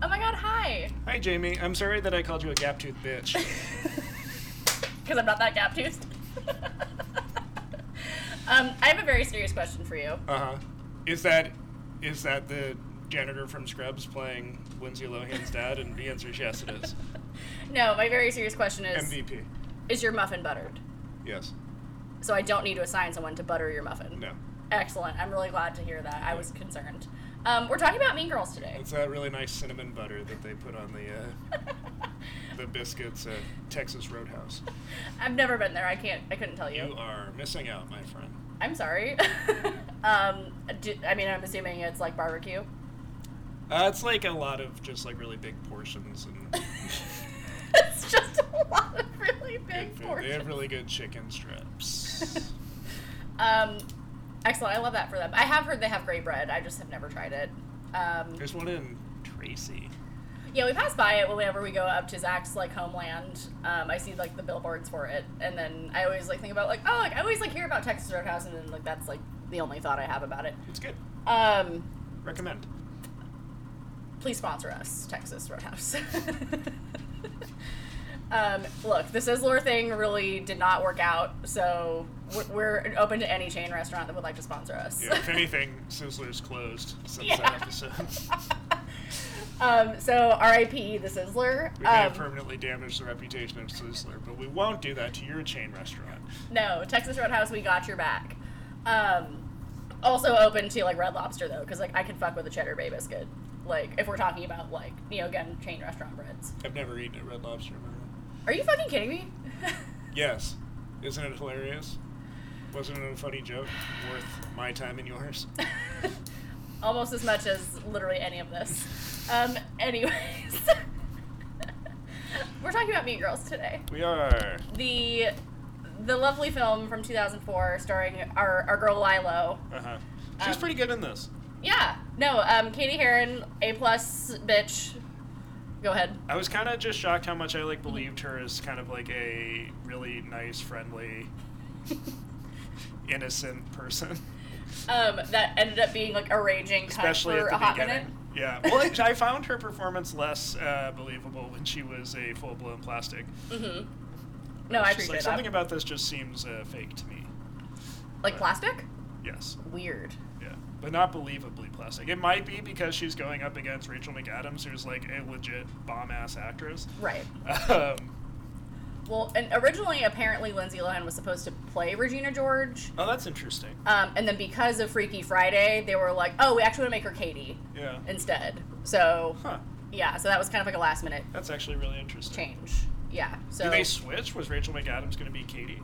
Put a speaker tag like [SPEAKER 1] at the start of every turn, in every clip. [SPEAKER 1] Oh
[SPEAKER 2] Hi, Jamie. I'm sorry that I called you a gap tooth bitch.
[SPEAKER 1] because I'm not that gap toothed. um, I have a very serious question for you.
[SPEAKER 2] Uh huh. Is that is that the janitor from Scrubs playing Lindsay Lohan's dad? And the answer is yes, it is.
[SPEAKER 1] No, my very serious question is:
[SPEAKER 2] MVP.
[SPEAKER 1] Is your muffin buttered?
[SPEAKER 2] Yes.
[SPEAKER 1] So I don't need to assign someone to butter your muffin.
[SPEAKER 2] No.
[SPEAKER 1] Excellent. I'm really glad to hear that. I was concerned. Um, we're talking about Mean Girls today.
[SPEAKER 2] It's that really nice cinnamon butter that they put on the uh, the biscuits at Texas Roadhouse.
[SPEAKER 1] I've never been there. I can't. I couldn't tell you.
[SPEAKER 2] You are missing out, my friend.
[SPEAKER 1] I'm sorry. um, do, I mean, I'm assuming it's like barbecue.
[SPEAKER 2] Uh, it's like a lot of just like really big portions and
[SPEAKER 1] it's just a lot of really
[SPEAKER 2] good
[SPEAKER 1] big
[SPEAKER 2] food. They
[SPEAKER 1] portions.
[SPEAKER 2] have really good chicken strips.
[SPEAKER 1] Um, excellent. I love that for them. I have heard they have great bread. I just have never tried it. Um,
[SPEAKER 2] There's one in Tracy.
[SPEAKER 1] yeah, we pass by it whenever we go up to Zach's like homeland. Um, I see like the billboards for it, and then I always like think about like oh like I always like hear about Texas Roadhouse, and then like that's like the only thought I have about it.
[SPEAKER 2] It's good.
[SPEAKER 1] Um,
[SPEAKER 2] Recommend.
[SPEAKER 1] please sponsor us, Texas Roadhouse. um, look, the Sizzler thing really did not work out, so we're, we're open to any chain restaurant that would like to sponsor us.
[SPEAKER 2] Yeah, if anything, Sizzler's closed since
[SPEAKER 1] Yeah.
[SPEAKER 2] that episode.
[SPEAKER 1] um, so RIP the Sizzler.
[SPEAKER 2] We may have
[SPEAKER 1] Um,
[SPEAKER 2] permanently damaged the reputation of Sizzler, but we won't do that to your chain restaurant.
[SPEAKER 1] no, Texas Roadhouse, we got your back. Um, also open to like Red Lobster though, because like I could fuck with a cheddar bay biscuit. Like if we're talking about like you know again chain restaurant breads.
[SPEAKER 2] I've never eaten a Red Lobster in my life.
[SPEAKER 1] Are you fucking kidding me?
[SPEAKER 2] Yes. Isn't it hilarious? Wasn't it a funny joke? Worth my time and yours?
[SPEAKER 1] Almost as much as literally any of this. Um, anyways, we're talking about Mean Girls today.
[SPEAKER 2] We are.
[SPEAKER 1] The the lovely film from 2004 starring our, our girl Lilo.
[SPEAKER 2] Uh huh. She's
[SPEAKER 1] Um,
[SPEAKER 2] pretty good in this.
[SPEAKER 1] Yeah. No, um, Katie Heron, A plus bitch. Go ahead.
[SPEAKER 2] I was kind of just shocked how much I
[SPEAKER 1] Mm-hmm.
[SPEAKER 2] like believed her as kind of like a really nice, friendly, innocent person.
[SPEAKER 1] Um, that ended up being like a raging cunt
[SPEAKER 2] especially
[SPEAKER 1] for
[SPEAKER 2] at
[SPEAKER 1] a
[SPEAKER 2] the
[SPEAKER 1] hot
[SPEAKER 2] beginning.
[SPEAKER 1] minute.
[SPEAKER 2] Yeah, well, I- I found her performance less uh, believable when she was a full-blown plastic.
[SPEAKER 1] Mm-hmm. No, I
[SPEAKER 2] She's
[SPEAKER 1] appreciate
[SPEAKER 2] like,
[SPEAKER 1] that.
[SPEAKER 2] Something about this just seems uh, fake to me.
[SPEAKER 1] like plastic?
[SPEAKER 2] Yes,
[SPEAKER 1] Weird.
[SPEAKER 2] yeah, but not believably plastic. It might be because she's going up against Rachel McAdams, who's like a legit bomb-ass actress.
[SPEAKER 1] Right.
[SPEAKER 2] Um,
[SPEAKER 1] Well, and originally, apparently, Lindsay Lohan was supposed to play Regina George.
[SPEAKER 2] oh, that's interesting.
[SPEAKER 1] Um, and then because of Freaky Friday, they were like, oh, we actually want to make her Katie
[SPEAKER 2] Yeah.
[SPEAKER 1] instead. So,
[SPEAKER 2] Huh.
[SPEAKER 1] yeah, so that was kind of like a last minute
[SPEAKER 2] That's actually really interesting.
[SPEAKER 1] change. Yeah. So
[SPEAKER 2] Do they switch? Was Rachel McAdams going to be Katie?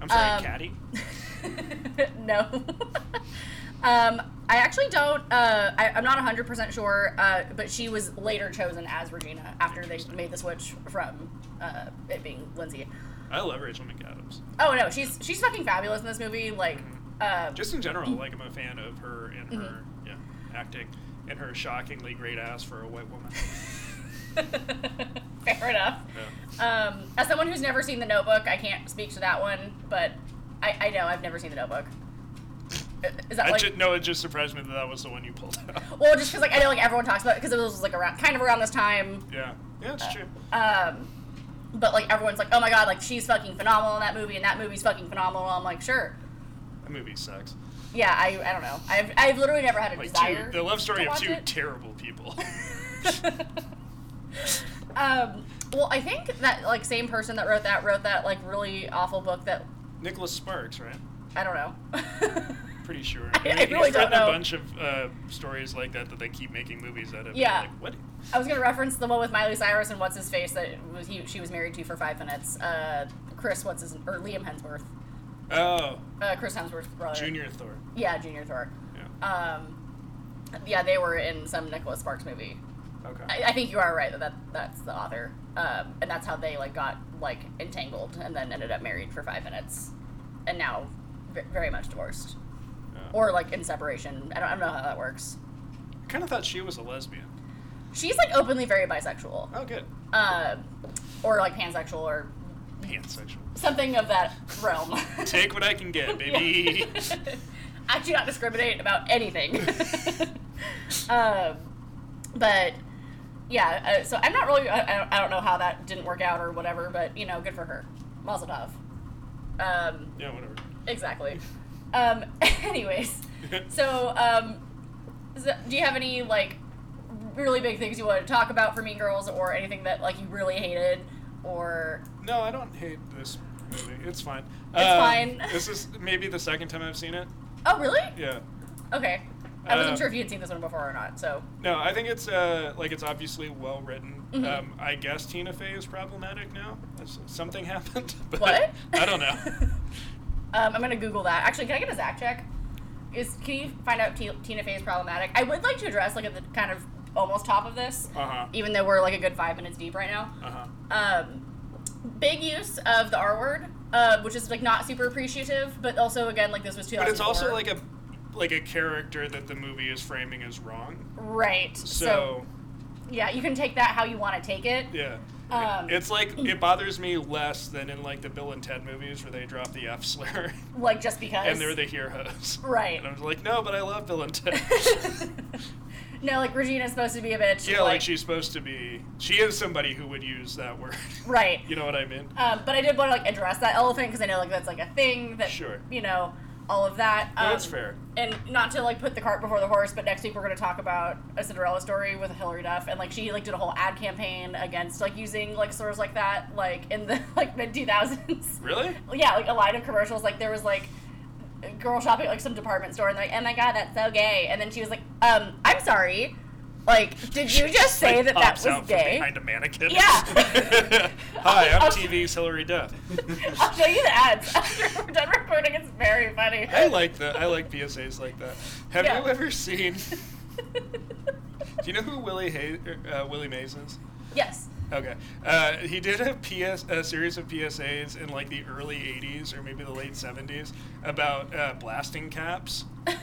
[SPEAKER 2] I'm sorry,
[SPEAKER 1] Um,
[SPEAKER 2] Caddy.
[SPEAKER 1] no. um, I actually don't. Uh, I, I'm not 100% sure, uh, but she was later chosen as Regina after they
[SPEAKER 2] Interesting.
[SPEAKER 1] made the switch from uh, it being Lindsay.
[SPEAKER 2] I love Rachel McAdams.
[SPEAKER 1] Oh no, she's she's fucking fabulous in this movie. Like, um,
[SPEAKER 2] Just in general, like I'm a fan of her and
[SPEAKER 1] Mm-hmm.
[SPEAKER 2] her yeah, acting and her shockingly great ass for a white woman.
[SPEAKER 1] fair enough.
[SPEAKER 2] Yeah.
[SPEAKER 1] Um, as someone who's never seen The Notebook, I can't speak to that one, but I, I know I've never seen The Notebook. Uh, Is that
[SPEAKER 2] I
[SPEAKER 1] like?
[SPEAKER 2] ju- no, it just surprised me that that was the one you pulled out.
[SPEAKER 1] well, just because like I know like everyone talks about it because it was like around kind of around this time.
[SPEAKER 2] yeah, yeah, it's true.
[SPEAKER 1] Um, but like everyone's like, oh my god, like she's fucking phenomenal in that movie, and that movie's fucking phenomenal. I'm like, sure.
[SPEAKER 2] That movie sucks.
[SPEAKER 1] Yeah, I, I don't know. I've, I've literally never had a
[SPEAKER 2] Like
[SPEAKER 1] desire.
[SPEAKER 2] two, the love
[SPEAKER 1] to
[SPEAKER 2] story of
[SPEAKER 1] watch
[SPEAKER 2] two
[SPEAKER 1] it.
[SPEAKER 2] terrible people.
[SPEAKER 1] um, well, I think that like same person that wrote that wrote that like really awful book that
[SPEAKER 2] Nicholas Sparks, right?
[SPEAKER 1] I don't know.
[SPEAKER 2] Pretty sure.
[SPEAKER 1] I
[SPEAKER 2] mean,
[SPEAKER 1] really
[SPEAKER 2] He's written
[SPEAKER 1] don't know.
[SPEAKER 2] a bunch of uh, stories like that that they keep making movies out of.
[SPEAKER 1] Yeah.
[SPEAKER 2] Like, what?
[SPEAKER 1] I was gonna reference the one with Miley Cyrus and what's his face that was he she was married to for five minutes. Uh, Chris, what's his or Liam Hemsworth,
[SPEAKER 2] Oh,
[SPEAKER 1] uh, Chris Hemsworth's brother.
[SPEAKER 2] Junior Thor.
[SPEAKER 1] Yeah, Junior Thor.
[SPEAKER 2] Yeah.
[SPEAKER 1] Um, yeah, they were in some Nicholas Sparks movie.
[SPEAKER 2] Okay.
[SPEAKER 1] Uh, I, I think you are right that, that that's the author, um, and that's how they like got like entangled and then ended up married for five minutes, and now v- very much divorced
[SPEAKER 2] Yeah.
[SPEAKER 1] or like in separation. I don't, I don't know how that works.
[SPEAKER 2] I kind of thought she was a lesbian.
[SPEAKER 1] She's like openly very bisexual,
[SPEAKER 2] Oh, good.
[SPEAKER 1] uh, or like pansexual or
[SPEAKER 2] Pansexual.
[SPEAKER 1] something of that realm.
[SPEAKER 2] Take what I can get, baby.
[SPEAKER 1] Yeah. I do not discriminate about anything. um, but yeah, uh, so I'm not really. I, I don't- I don't know how that didn't work out or whatever, but you know, good for her. Mazel tov. Um,
[SPEAKER 2] Yeah, whatever.
[SPEAKER 1] exactly. Um, anyways, so um, so do you have any like really big things you want to talk about for Mean Girls, or anything that like you really hated, or
[SPEAKER 2] No, I don't hate this movie. It's fine.
[SPEAKER 1] It's fine.
[SPEAKER 2] This is maybe the second time I've seen it.
[SPEAKER 1] oh really?
[SPEAKER 2] Yeah.
[SPEAKER 1] Okay, I wasn't
[SPEAKER 2] Um,
[SPEAKER 1] sure if you had seen this one before or not. So
[SPEAKER 2] No, I think it's uh, like it's obviously well written.
[SPEAKER 1] Mhm.
[SPEAKER 2] Um, I guess Tina Fey is problematic now. S- Something happened. But
[SPEAKER 1] what?
[SPEAKER 2] I don't know.
[SPEAKER 1] um, I'm gonna Google that. Actually, can I get a Zach check? Is can you find out T- Tina Fey is problematic? I would like to address like at the kind of almost top of this,
[SPEAKER 2] Uh huh.
[SPEAKER 1] even though we're like a good five minutes deep right now.
[SPEAKER 2] Uh huh.
[SPEAKER 1] Um, big use of the R word, uh, which is like not super appreciative, but also again like this was 2004.
[SPEAKER 2] But it's also like a like a character that the movie is framing as wrong.
[SPEAKER 1] right.
[SPEAKER 2] So,
[SPEAKER 1] yeah, you can take that how you want to take it.
[SPEAKER 2] yeah.
[SPEAKER 1] Um,
[SPEAKER 2] it's like it bothers me less than in like the Bill and Ted movies where they drop the F slur
[SPEAKER 1] Like just because.
[SPEAKER 2] and they're the heroes.
[SPEAKER 1] Right.
[SPEAKER 2] And I'm like, no, but I love Bill and Ted.
[SPEAKER 1] no, like Regina's supposed to be a bitch.
[SPEAKER 2] yeah, like she's supposed to be. She is somebody who would use that word.
[SPEAKER 1] right.
[SPEAKER 2] you know what I mean?
[SPEAKER 1] Um, but I did want to like address that elephant because I know like that's like a thing that
[SPEAKER 2] Sure.
[SPEAKER 1] you know all of that. Um,
[SPEAKER 2] That's fair.
[SPEAKER 1] And not to like put the cart before the horse, but next week we're going to talk about a Cinderella story with Hillary Duff, and like she like did a whole ad campaign against like using like slurs like that like in the like mid two thousands.
[SPEAKER 2] Really?
[SPEAKER 1] yeah, like a line of commercials. Like there was like a girl shopping at like some department store, and like, oh my god, that's so gay. And then she was like, um, I'm sorry. Like, did you just say
[SPEAKER 2] Like,
[SPEAKER 1] that that
[SPEAKER 2] pops out
[SPEAKER 1] was
[SPEAKER 2] from
[SPEAKER 1] gay?
[SPEAKER 2] Behind a mannequin.
[SPEAKER 1] Yeah. Oh.
[SPEAKER 2] Hi,
[SPEAKER 1] I'll-
[SPEAKER 2] I'm TV's Hillary Duff.
[SPEAKER 1] I'll show you the ads after we're done recording. It's very funny.
[SPEAKER 2] I like that. I like PSAs like that. Have
[SPEAKER 1] Yeah.
[SPEAKER 2] you ever seen? Do you know who Willie Hay- uh, Willie Mays is?
[SPEAKER 1] yes.
[SPEAKER 2] Okay, uh, he did a PS a series of PSAs in like the early '80s or maybe the late '70s about uh, blasting caps.
[SPEAKER 1] Does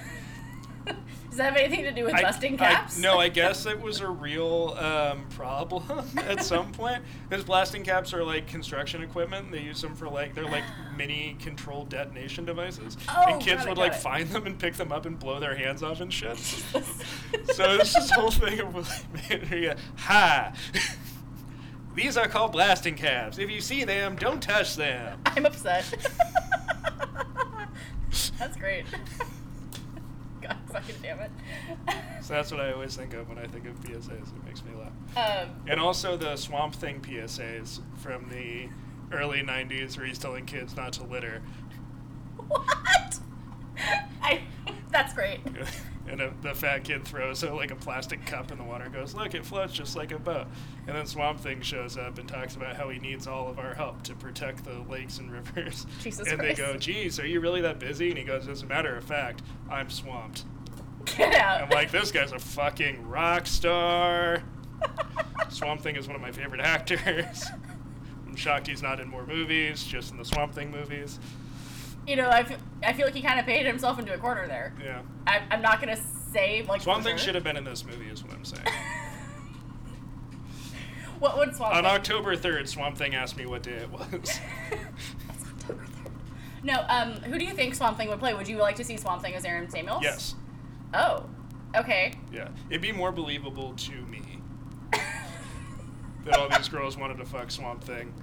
[SPEAKER 1] that have anything to do with
[SPEAKER 2] I-
[SPEAKER 1] busting
[SPEAKER 2] I-
[SPEAKER 1] caps?
[SPEAKER 2] no, I guess it was a real um, problem at some point. Because blasting caps are like construction equipment. and They use them for like they're like mini controlled detonation devices,
[SPEAKER 1] Oh,
[SPEAKER 2] and kids
[SPEAKER 1] got it,
[SPEAKER 2] would
[SPEAKER 1] got
[SPEAKER 2] like
[SPEAKER 1] it.
[SPEAKER 2] find them and pick them up and blow their hands off and shit. so this is whole thing of like, yeah, ha. These are called blasting caps. If you see them, don't touch them.
[SPEAKER 1] I'm upset. That's great. God fucking damn it.
[SPEAKER 2] So that's what I always think of when I think of PSAs. It makes me laugh.
[SPEAKER 1] Um,
[SPEAKER 2] And also the Swamp Thing PSAs from the early 90s where he's telling kids not to litter.
[SPEAKER 1] what? I. That's great.
[SPEAKER 2] And a, the fat kid throws a, like a plastic cup in the water and goes, Look, it floats just like a boat. And then Swamp Thing shows up and talks about how he needs all of our help to protect the lakes and rivers.
[SPEAKER 1] Jesus
[SPEAKER 2] and
[SPEAKER 1] Christ.
[SPEAKER 2] they go, Geez, are you really that busy? And he goes, As a matter of fact, I'm swamped.
[SPEAKER 1] Get out.
[SPEAKER 2] I'm like, This guy's a fucking rock star. Swamp Thing is one of my favorite actors. I'm shocked he's not in more movies, just in the Swamp Thing movies.
[SPEAKER 1] you know, I feel, I feel like he kind of painted himself into a corner there.
[SPEAKER 2] Yeah.
[SPEAKER 1] I, I'm not gonna say like.
[SPEAKER 2] Swamp Thing
[SPEAKER 1] for
[SPEAKER 2] should
[SPEAKER 1] sure.
[SPEAKER 2] have been in this movie, is what I'm saying.
[SPEAKER 1] What would Swamp
[SPEAKER 2] On
[SPEAKER 1] Thing-
[SPEAKER 2] October 3rd, Swamp Thing asked me what day it was.
[SPEAKER 1] That's October 3rd. No, um, who do you think Swamp Thing would play? Would you like to see Swamp Thing as Aaron Samuels?
[SPEAKER 2] yes.
[SPEAKER 1] Oh, okay.
[SPEAKER 2] Yeah. It'd be more believable to me that all these girls wanted to fuck Swamp Thing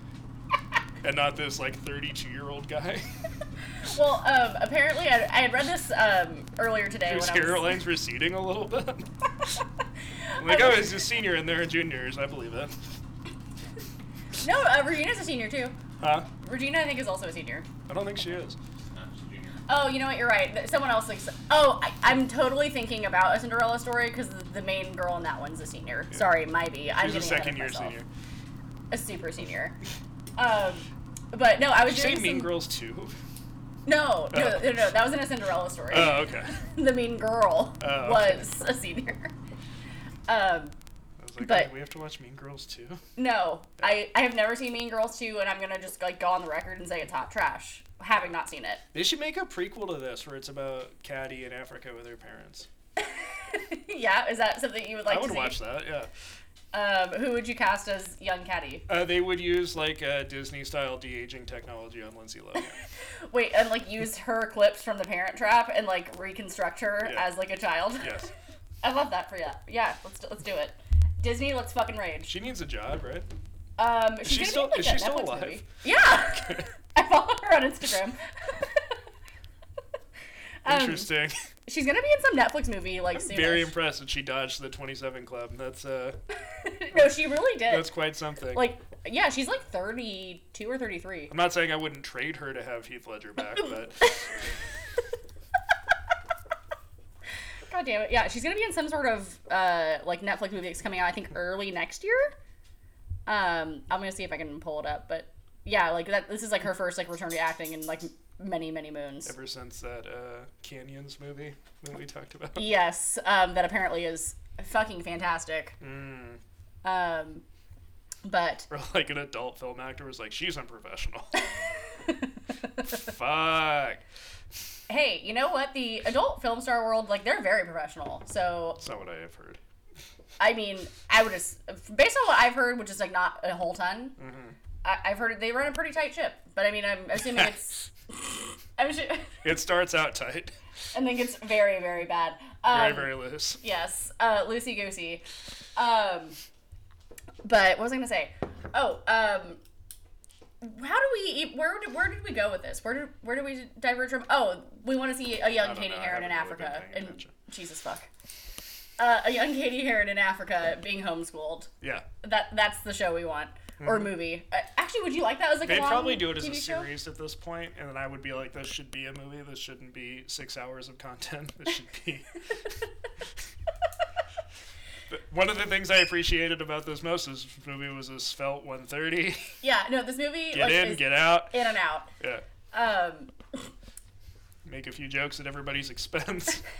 [SPEAKER 2] and not this, like, 32 year old guy
[SPEAKER 1] Well, um, apparently I, I had read this um, earlier today
[SPEAKER 2] whose
[SPEAKER 1] when I was.
[SPEAKER 2] hairline's receding a little bit.
[SPEAKER 1] I
[SPEAKER 2] like, oh,
[SPEAKER 1] was-
[SPEAKER 2] he's a senior and they're juniors. I believe it.
[SPEAKER 1] No, uh, Regina's a senior too.
[SPEAKER 2] Huh?
[SPEAKER 1] Regina, I think, is also a senior.
[SPEAKER 2] I don't think she is.
[SPEAKER 1] Oh, you know what? You're right. Th- Someone else thinks. Oh, I, I'm totally thinking about a Cinderella story because the, the main girl in that one's a senior.
[SPEAKER 2] Yeah.
[SPEAKER 1] Sorry, might be. I'm
[SPEAKER 2] She's a
[SPEAKER 1] getting ahead of myself.
[SPEAKER 2] second year senior.
[SPEAKER 1] A super senior. Um, but no, I was
[SPEAKER 2] Did you say
[SPEAKER 1] doing
[SPEAKER 2] Mean
[SPEAKER 1] some-
[SPEAKER 2] Girls too?
[SPEAKER 1] No, no,
[SPEAKER 2] Oh.
[SPEAKER 1] no, no, that wasn't a Cinderella story.
[SPEAKER 2] Oh, okay.
[SPEAKER 1] the mean girl
[SPEAKER 2] Oh, okay.
[SPEAKER 1] was a senior. Um,
[SPEAKER 2] I was like,
[SPEAKER 1] But-
[SPEAKER 2] wait, we have to watch Mean Girls too.
[SPEAKER 1] no, I, I have never seen Mean Girls 2, and I'm gonna just like go on the record and say it's hot trash, having not seen it.
[SPEAKER 2] They should make a prequel to this where it's about Caddy in Africa with her parents.
[SPEAKER 1] yeah, is that something you would like
[SPEAKER 2] I would
[SPEAKER 1] to see?
[SPEAKER 2] watch that. Yeah,
[SPEAKER 1] Um, who would you cast as young Caddy?
[SPEAKER 2] uh, they would use like uh, Disney style de aging technology on Lindsay Lohan.
[SPEAKER 1] Wait, and like use her clips from The Parent Trap and like reconstruct her
[SPEAKER 2] Yeah.
[SPEAKER 1] as like a child.
[SPEAKER 2] yes,
[SPEAKER 1] I love that for you. Yeah, let's do, let's do it. Disney, let's fucking rage.
[SPEAKER 2] She needs a job, right?
[SPEAKER 1] Um, she's,
[SPEAKER 2] She's
[SPEAKER 1] gonna
[SPEAKER 2] still-
[SPEAKER 1] be in, like,
[SPEAKER 2] is
[SPEAKER 1] that
[SPEAKER 2] she still
[SPEAKER 1] Netflix
[SPEAKER 2] alive?
[SPEAKER 1] movie. Yeah, I follow her on Instagram. Um,
[SPEAKER 2] Interesting.
[SPEAKER 1] she's gonna be in some Netflix movie like soon.
[SPEAKER 2] Very impressed that she dodged the 27 club. That's uh,
[SPEAKER 1] no, she really did.
[SPEAKER 2] that's quite something.
[SPEAKER 1] like, yeah, she's like thirty-two or thirty-three.
[SPEAKER 2] I'm not saying I wouldn't trade her to have Heath Ledger back, but
[SPEAKER 1] God damn it! Yeah, she's gonna be in some sort of uh, like Netflix movie that's coming out. I think early next year. Um, I'm gonna see if I can pull it up, but yeah, like that. This is like her first like return to acting in like many many moons.
[SPEAKER 2] ever since that uh, Canyons movie that we talked about,
[SPEAKER 1] Yes, um, that apparently is fucking fantastic.
[SPEAKER 2] mm.
[SPEAKER 1] Um, but
[SPEAKER 2] or like an adult film actor was like, she's unprofessional. Fuck.
[SPEAKER 1] hey, you know what? The adult film star world, like, they're very professional. So,
[SPEAKER 2] That's not what I have heard.
[SPEAKER 1] I mean, I would just, based on what I've heard, which is like not a whole ton,
[SPEAKER 2] Mm-hmm.
[SPEAKER 1] I, I've heard they run a pretty tight ship. But I mean, I'm assuming it's, I'm sure,
[SPEAKER 2] It starts out tight,
[SPEAKER 1] and then gets very, very bad.
[SPEAKER 2] very
[SPEAKER 1] Um,
[SPEAKER 2] very loose.
[SPEAKER 1] Yes, uh, loosey goosey. Um, but what was I gonna say? Oh, um, how do we? e- Where did where did we go with this? Where did where did we diverge from? Oh, we want to see a young
[SPEAKER 2] don't
[SPEAKER 1] Katie
[SPEAKER 2] know, I
[SPEAKER 1] Heron in
[SPEAKER 2] haven't really been
[SPEAKER 1] Africa.
[SPEAKER 2] paying
[SPEAKER 1] And
[SPEAKER 2] attention.
[SPEAKER 1] Jesus fuck, uh, a young Katie Heron in Africa being homeschooled.
[SPEAKER 2] Yeah,
[SPEAKER 1] That that's the show we want
[SPEAKER 2] Mm-hmm.
[SPEAKER 1] or movie. Uh, actually, would you like that as like a
[SPEAKER 2] they'd
[SPEAKER 1] long
[SPEAKER 2] probably do it as a
[SPEAKER 1] TV show?
[SPEAKER 2] series at this point, and then I would be like, this should be a movie. This shouldn't be six hours of content. This should be. But One of the things I appreciated about this most is this movie was this felt 130.
[SPEAKER 1] Yeah, no, this movie
[SPEAKER 2] Get
[SPEAKER 1] like,
[SPEAKER 2] in,
[SPEAKER 1] is
[SPEAKER 2] get out.
[SPEAKER 1] in and out.
[SPEAKER 2] Yeah.
[SPEAKER 1] Um,
[SPEAKER 2] Make a few jokes at everybody's expense.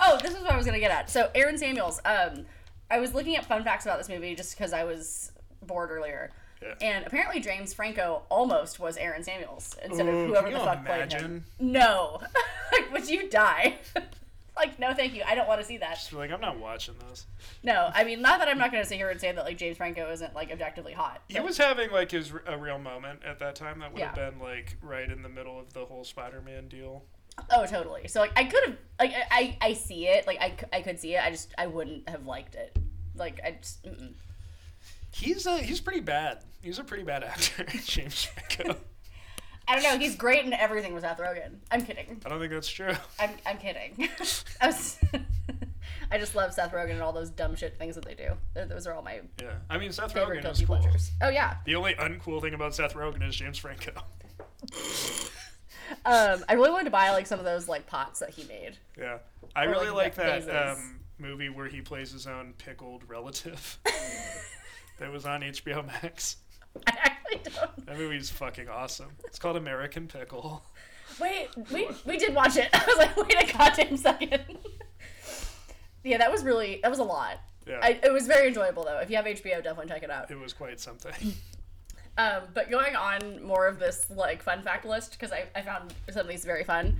[SPEAKER 1] Oh, this is what I was gonna get at. So Aaron Samuels. Um, I was looking at fun facts about this movie just because I was bored earlier.
[SPEAKER 2] Yeah.
[SPEAKER 1] And apparently James Franco almost was Aaron Samuels instead
[SPEAKER 2] Ooh,
[SPEAKER 1] of whoever
[SPEAKER 2] can
[SPEAKER 1] the
[SPEAKER 2] you
[SPEAKER 1] fuck played him.
[SPEAKER 2] imagine?
[SPEAKER 1] No, like would you die? like no, thank you. I don't want to see that.
[SPEAKER 2] Just be like, I'm not watching this.
[SPEAKER 1] No, I mean not that I'm not gonna sit here and say that like James Franco isn't like objectively hot.
[SPEAKER 2] He
[SPEAKER 1] but-
[SPEAKER 2] was having like his r- a real moment at that time. That would
[SPEAKER 1] Yeah.
[SPEAKER 2] have been like right in the middle of the whole Spider-Man deal.
[SPEAKER 1] Oh, totally. So like I could have like I, I I see it like I, c- I could see it. I just I wouldn't have liked it. Like I just. Mm-mm.
[SPEAKER 2] He's a he's pretty bad. He's a pretty bad actor, James Franco.
[SPEAKER 1] I don't know. He's great in everything with Seth Rogen. I'm kidding.
[SPEAKER 2] I don't think that's true.
[SPEAKER 1] I'm, I'm kidding. I, was- I just love Seth Rogen and all those dumb shit things that they do. Th- Those are all my
[SPEAKER 2] Yeah, I mean Seth
[SPEAKER 1] favorite
[SPEAKER 2] Rogen is
[SPEAKER 1] guilty
[SPEAKER 2] cool.
[SPEAKER 1] pleasures. Oh yeah.
[SPEAKER 2] The only uncool thing about Seth Rogen is James Franco.
[SPEAKER 1] Um, I really wanted to buy like some of those like pots that he made.
[SPEAKER 2] Yeah, I
[SPEAKER 1] Or,
[SPEAKER 2] really
[SPEAKER 1] like,
[SPEAKER 2] like,
[SPEAKER 1] Jeff
[SPEAKER 2] that
[SPEAKER 1] Bezos.
[SPEAKER 2] um, movie where he plays his own pickled relative. that was on HBO Max.
[SPEAKER 1] I actually don't.
[SPEAKER 2] That movie's fucking awesome. It's called American Pickle.
[SPEAKER 1] Wait, we we did watch it. I was like, wait a goddamn second. yeah, that was really that was a lot.
[SPEAKER 2] Yeah,
[SPEAKER 1] I, it was very enjoyable though. If you have HBO, definitely check it out.
[SPEAKER 2] it was quite something.
[SPEAKER 1] Um, but going on more of this like fun fact list because I, I found some of these very fun.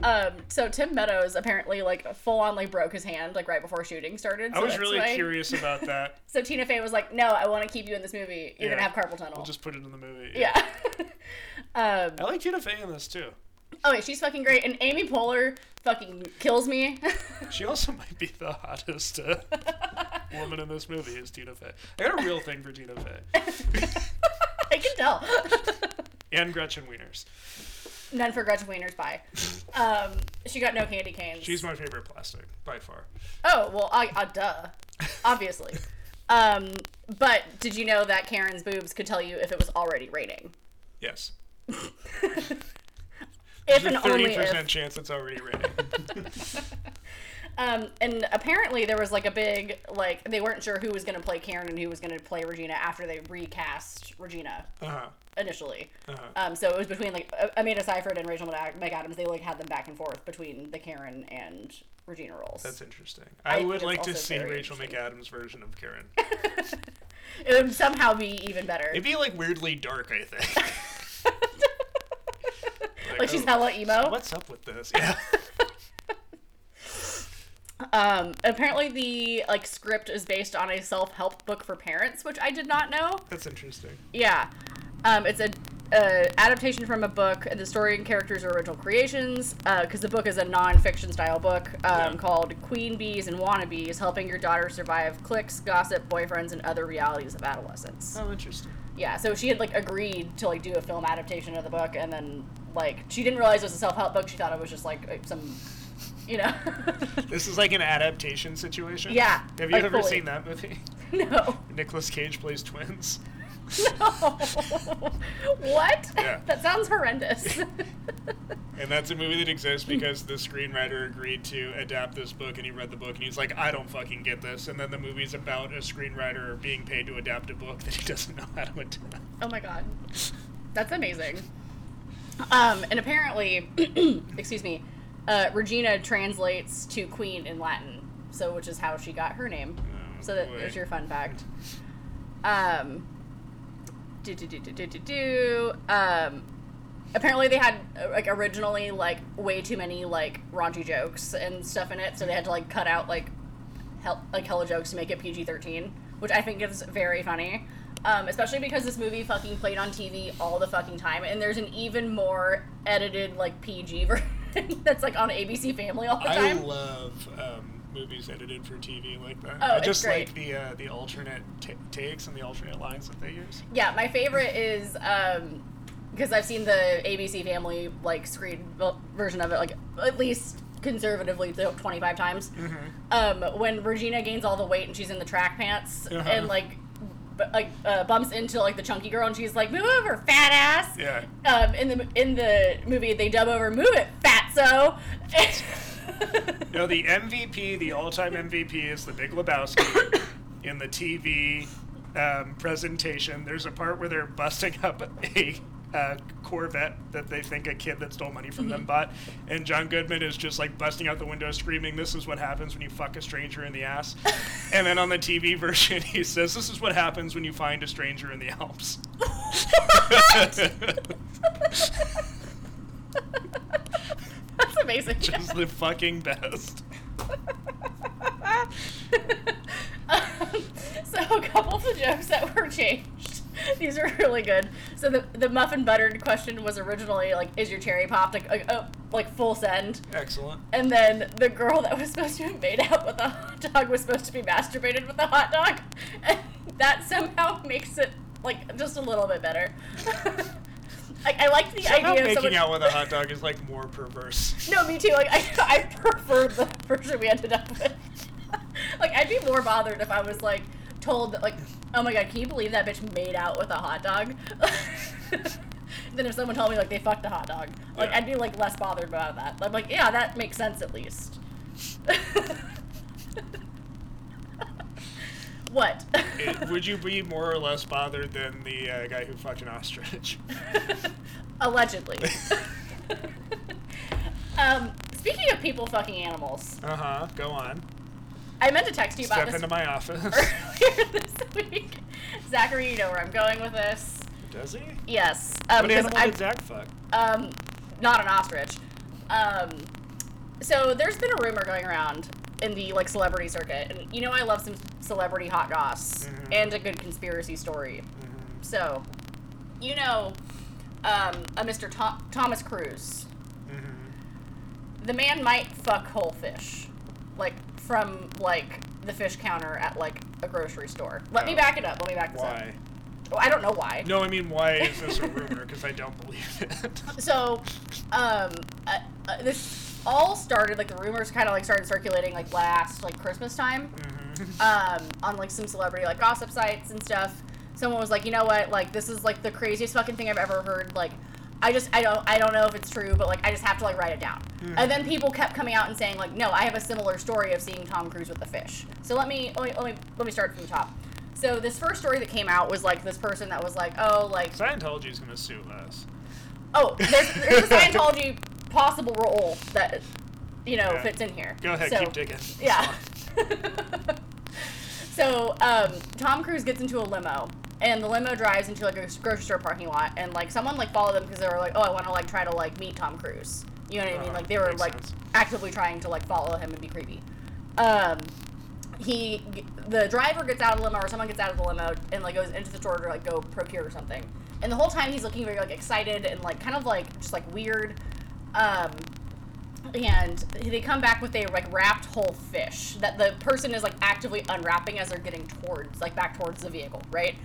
[SPEAKER 2] Uh-huh.
[SPEAKER 1] Um, so Tim Meadows apparently like full on like broke his hand like right before shooting started.
[SPEAKER 2] I
[SPEAKER 1] so
[SPEAKER 2] was
[SPEAKER 1] that's
[SPEAKER 2] really
[SPEAKER 1] why-
[SPEAKER 2] curious about that.
[SPEAKER 1] So Tina Fey was like, "No, I want to keep you in this movie. You're
[SPEAKER 2] Yeah.
[SPEAKER 1] gonna have carpal tunnel."
[SPEAKER 2] We'll just put it in the movie.
[SPEAKER 1] yeah. um,
[SPEAKER 2] I like Tina Fey in this too.
[SPEAKER 1] oh wait, she's fucking great, and Amy Poehler fucking kills me.
[SPEAKER 2] She also might be the hottest uh, woman in this movie is Tina Fey. I got a real thing for Tina Fey
[SPEAKER 1] I can tell.
[SPEAKER 2] and Gretchen Wieners.
[SPEAKER 1] None for Gretchen Wiener's pie. Um, she got no candy canes.
[SPEAKER 2] She's my favorite plastic by far.
[SPEAKER 1] Oh well, I, uh, duh, obviously. um, but did you know that Karen's boobs could tell you if it was already raining?
[SPEAKER 2] Yes.
[SPEAKER 1] If
[SPEAKER 2] There's
[SPEAKER 1] and
[SPEAKER 2] a
[SPEAKER 1] only
[SPEAKER 2] thirty percent
[SPEAKER 1] if.
[SPEAKER 2] chance it's already raining.
[SPEAKER 1] Um, and apparently there was like a big like they weren't sure who was gonna play Karen and who was gonna play Regina after they recast Regina
[SPEAKER 2] Uh huh.
[SPEAKER 1] initially.
[SPEAKER 2] Uh-huh.
[SPEAKER 1] Um, so it was between like A- Amanda Seyfried and Rachel Mc- McAdams. They like had them back and forth between the Karen and Regina roles.
[SPEAKER 2] That's interesting. I,
[SPEAKER 1] I think
[SPEAKER 2] would
[SPEAKER 1] it's
[SPEAKER 2] like to
[SPEAKER 1] also
[SPEAKER 2] see
[SPEAKER 1] very
[SPEAKER 2] Rachel
[SPEAKER 1] interesting.
[SPEAKER 2] McAdams' version of Karen.
[SPEAKER 1] it would somehow be even better.
[SPEAKER 2] It'd be like weirdly dark, I think.
[SPEAKER 1] like she's
[SPEAKER 2] oh,
[SPEAKER 1] hella emo.
[SPEAKER 2] What's up with this? Yeah.
[SPEAKER 1] Um, apparently the like script is based on a self-help book for parents, which I did not know.
[SPEAKER 2] That's interesting.
[SPEAKER 1] Yeah. Um, it's a uh, adaptation from a book. and The story and characters are original creations because the book is a non-fiction style book um,
[SPEAKER 2] Yeah.
[SPEAKER 1] called Queen Bees and Wannabes: Helping Your Daughter Survive Clicks, Gossip, Boyfriends, and Other Realities of Adolescence.
[SPEAKER 2] Oh, interesting.
[SPEAKER 1] Yeah, so she had like agreed to like do a film adaptation of the book, and then like she didn't realize it was a self-help book. She thought it was just like uh, some, you know.
[SPEAKER 2] This is like an adaptation situation.
[SPEAKER 1] Yeah,
[SPEAKER 2] Have you
[SPEAKER 1] like
[SPEAKER 2] ever
[SPEAKER 1] fully.
[SPEAKER 2] seen that movie?
[SPEAKER 1] no.
[SPEAKER 2] Nicolas Cage plays twins.
[SPEAKER 1] No. what?
[SPEAKER 2] Yeah.
[SPEAKER 1] That sounds horrendous.
[SPEAKER 2] And that's a movie that exists because the screenwriter agreed to adapt this book, and he read the book, and he's like, "I don't fucking get this." And then the movie's about a screenwriter being paid to adapt a book that he doesn't know how to adapt.
[SPEAKER 1] oh my god. That's amazing. Um, and apparently, excuse me, uh, Regina translates to queen in Latin, so which is how she got her name.
[SPEAKER 2] Oh,
[SPEAKER 1] so that
[SPEAKER 2] boy.
[SPEAKER 1] is your fun fact. Um, do do do do do do do. Um, apparently they had uh, like originally like way too many like raunchy jokes and stuff in it, so they had to like cut out like hell like hella jokes to make it PG thirteen, which I think is very funny. Um, especially because this movie fucking played on TV all the fucking time, and there's an even more edited like PG version that's like on ABC Family all the
[SPEAKER 2] I
[SPEAKER 1] time.
[SPEAKER 2] love um, movies edited for TV like that.
[SPEAKER 1] Oh,
[SPEAKER 2] I
[SPEAKER 1] it's
[SPEAKER 2] just
[SPEAKER 1] great.
[SPEAKER 2] like the uh, the alternate ta takes and the alternate lines that they use.
[SPEAKER 1] Yeah, my favorite is because I've seen the ABC Family like screen well, version of it, like at least conservatively twenty five times.
[SPEAKER 2] Mm-hmm.
[SPEAKER 1] Um, when Regina gains all the weight and she's in the track pants
[SPEAKER 2] Uh-huh.
[SPEAKER 1] and like b- like uh, bumps into like the chunky girl and she's like, "Move over, fat ass."
[SPEAKER 2] Yeah.
[SPEAKER 1] Um, in the in the movie, they dub over "Move it, fatso."
[SPEAKER 2] No, the MVP, the all-time MVP, is The Big Lebowski. In the TV um, presentation, there's a part where they're busting up a uh, Corvette that they think a kid that stole money from them
[SPEAKER 1] Mm-hmm.
[SPEAKER 2] bought, and John Goodman is just like busting out the window screaming, "This is what happens when you fuck a stranger in the ass." and then on the TV version, he says, "This is what happens when you find a stranger in the Alps."
[SPEAKER 1] That's amazing.
[SPEAKER 2] just the fucking best.
[SPEAKER 1] Um, so a couple of the jokes that were changed. These are really good. So the the muffin buttered question was originally like, "Is your cherry popped?" Like, like, oh, like full send.
[SPEAKER 2] Excellent.
[SPEAKER 1] And then the girl that was supposed to have made out with a hot dog was supposed to be masturbated with a hot dog. And that somehow makes it like just a little bit better. like I liked the
[SPEAKER 2] Somehow
[SPEAKER 1] idea of
[SPEAKER 2] making
[SPEAKER 1] someone-
[SPEAKER 2] out with a hot dog is like more perverse.
[SPEAKER 1] no, me too. Like I, I prefer the version we ended up with. like I'd be more bothered if I was like told that like, oh my god, can you believe that bitch made out with a hot dog? than if someone told me like they fucked a hot dog. Like
[SPEAKER 2] Yeah.
[SPEAKER 1] I'd be like less bothered about that. I'm like, yeah, that makes sense at least. what?
[SPEAKER 2] It- would you be more or less bothered than the uh, guy who fucked an ostrich?
[SPEAKER 1] Allegedly. um, speaking of people fucking animals,
[SPEAKER 2] Uh huh. Go on.
[SPEAKER 1] I meant to text you about
[SPEAKER 2] Step
[SPEAKER 1] this
[SPEAKER 2] into my office.
[SPEAKER 1] earlier this week. Zachary, you know where I'm going with this.
[SPEAKER 2] Does he?
[SPEAKER 1] Yes. Um,
[SPEAKER 2] what
[SPEAKER 1] 'cause
[SPEAKER 2] animal
[SPEAKER 1] I'm,
[SPEAKER 2] did Zach fuck?
[SPEAKER 1] um, not an ostrich. Um, so there's been a rumor going around in the like celebrity circuit, and you know I love some celebrity hot goss
[SPEAKER 2] Mhm.
[SPEAKER 1] and a good conspiracy story.
[SPEAKER 2] Mm-hmm,
[SPEAKER 1] So, you know, um, a Mr. Tho- Thomas Cruise.
[SPEAKER 2] Mm-hmm.
[SPEAKER 1] the man might fuck whole fish like from like the fish counter at like a grocery store let me
[SPEAKER 2] Oh.
[SPEAKER 1] back it up let me back this
[SPEAKER 2] Why?
[SPEAKER 1] up Well, i don't know why
[SPEAKER 2] No, I mean, why is this a rumor? Because I don't believe it.
[SPEAKER 1] so um uh, uh, this all started like the rumors kind of like started circulating like last like christmas time
[SPEAKER 2] Mhm.
[SPEAKER 1] um, on like some celebrity like gossip sites and stuff. Someone was like, you know what, like this is like the craziest fucking thing I've ever heard. Like, I just I don't I don't know if it's true, but like I just have to like write it down. And then people kept coming out and saying like, no, I have a similar story of seeing Tom Cruise with the fish. So let me let me let me, let me start from the top. So this first story that came out was like this person that was like, oh like
[SPEAKER 2] Scientology's gonna sue us.
[SPEAKER 1] oh there's, there's a Scientology possible role that you know
[SPEAKER 2] Yeah.
[SPEAKER 1] fits in here.
[SPEAKER 2] Go ahead,
[SPEAKER 1] So-
[SPEAKER 2] keep digging.
[SPEAKER 1] yeah. so um, Tom Cruise gets into a limo, and the limo drives into like a grocery store parking lot, and like someone like followed them because they were like, "Oh, I want to like try to like meet Tom Cruise." You know what I mean?
[SPEAKER 2] Uh-huh,
[SPEAKER 1] Like they were
[SPEAKER 2] makes
[SPEAKER 1] like
[SPEAKER 2] sense.
[SPEAKER 1] actively trying to like follow him and be creepy. Um, he, the driver gets out of the limo, or someone gets out of the limo, and like goes into the store to like go procure something. and the whole time he's looking very like excited and like kind of like just like weird. Um, and they come back with a like wrapped whole fish that the person is like actively unwrapping as they're getting towards like back towards the vehicle, right?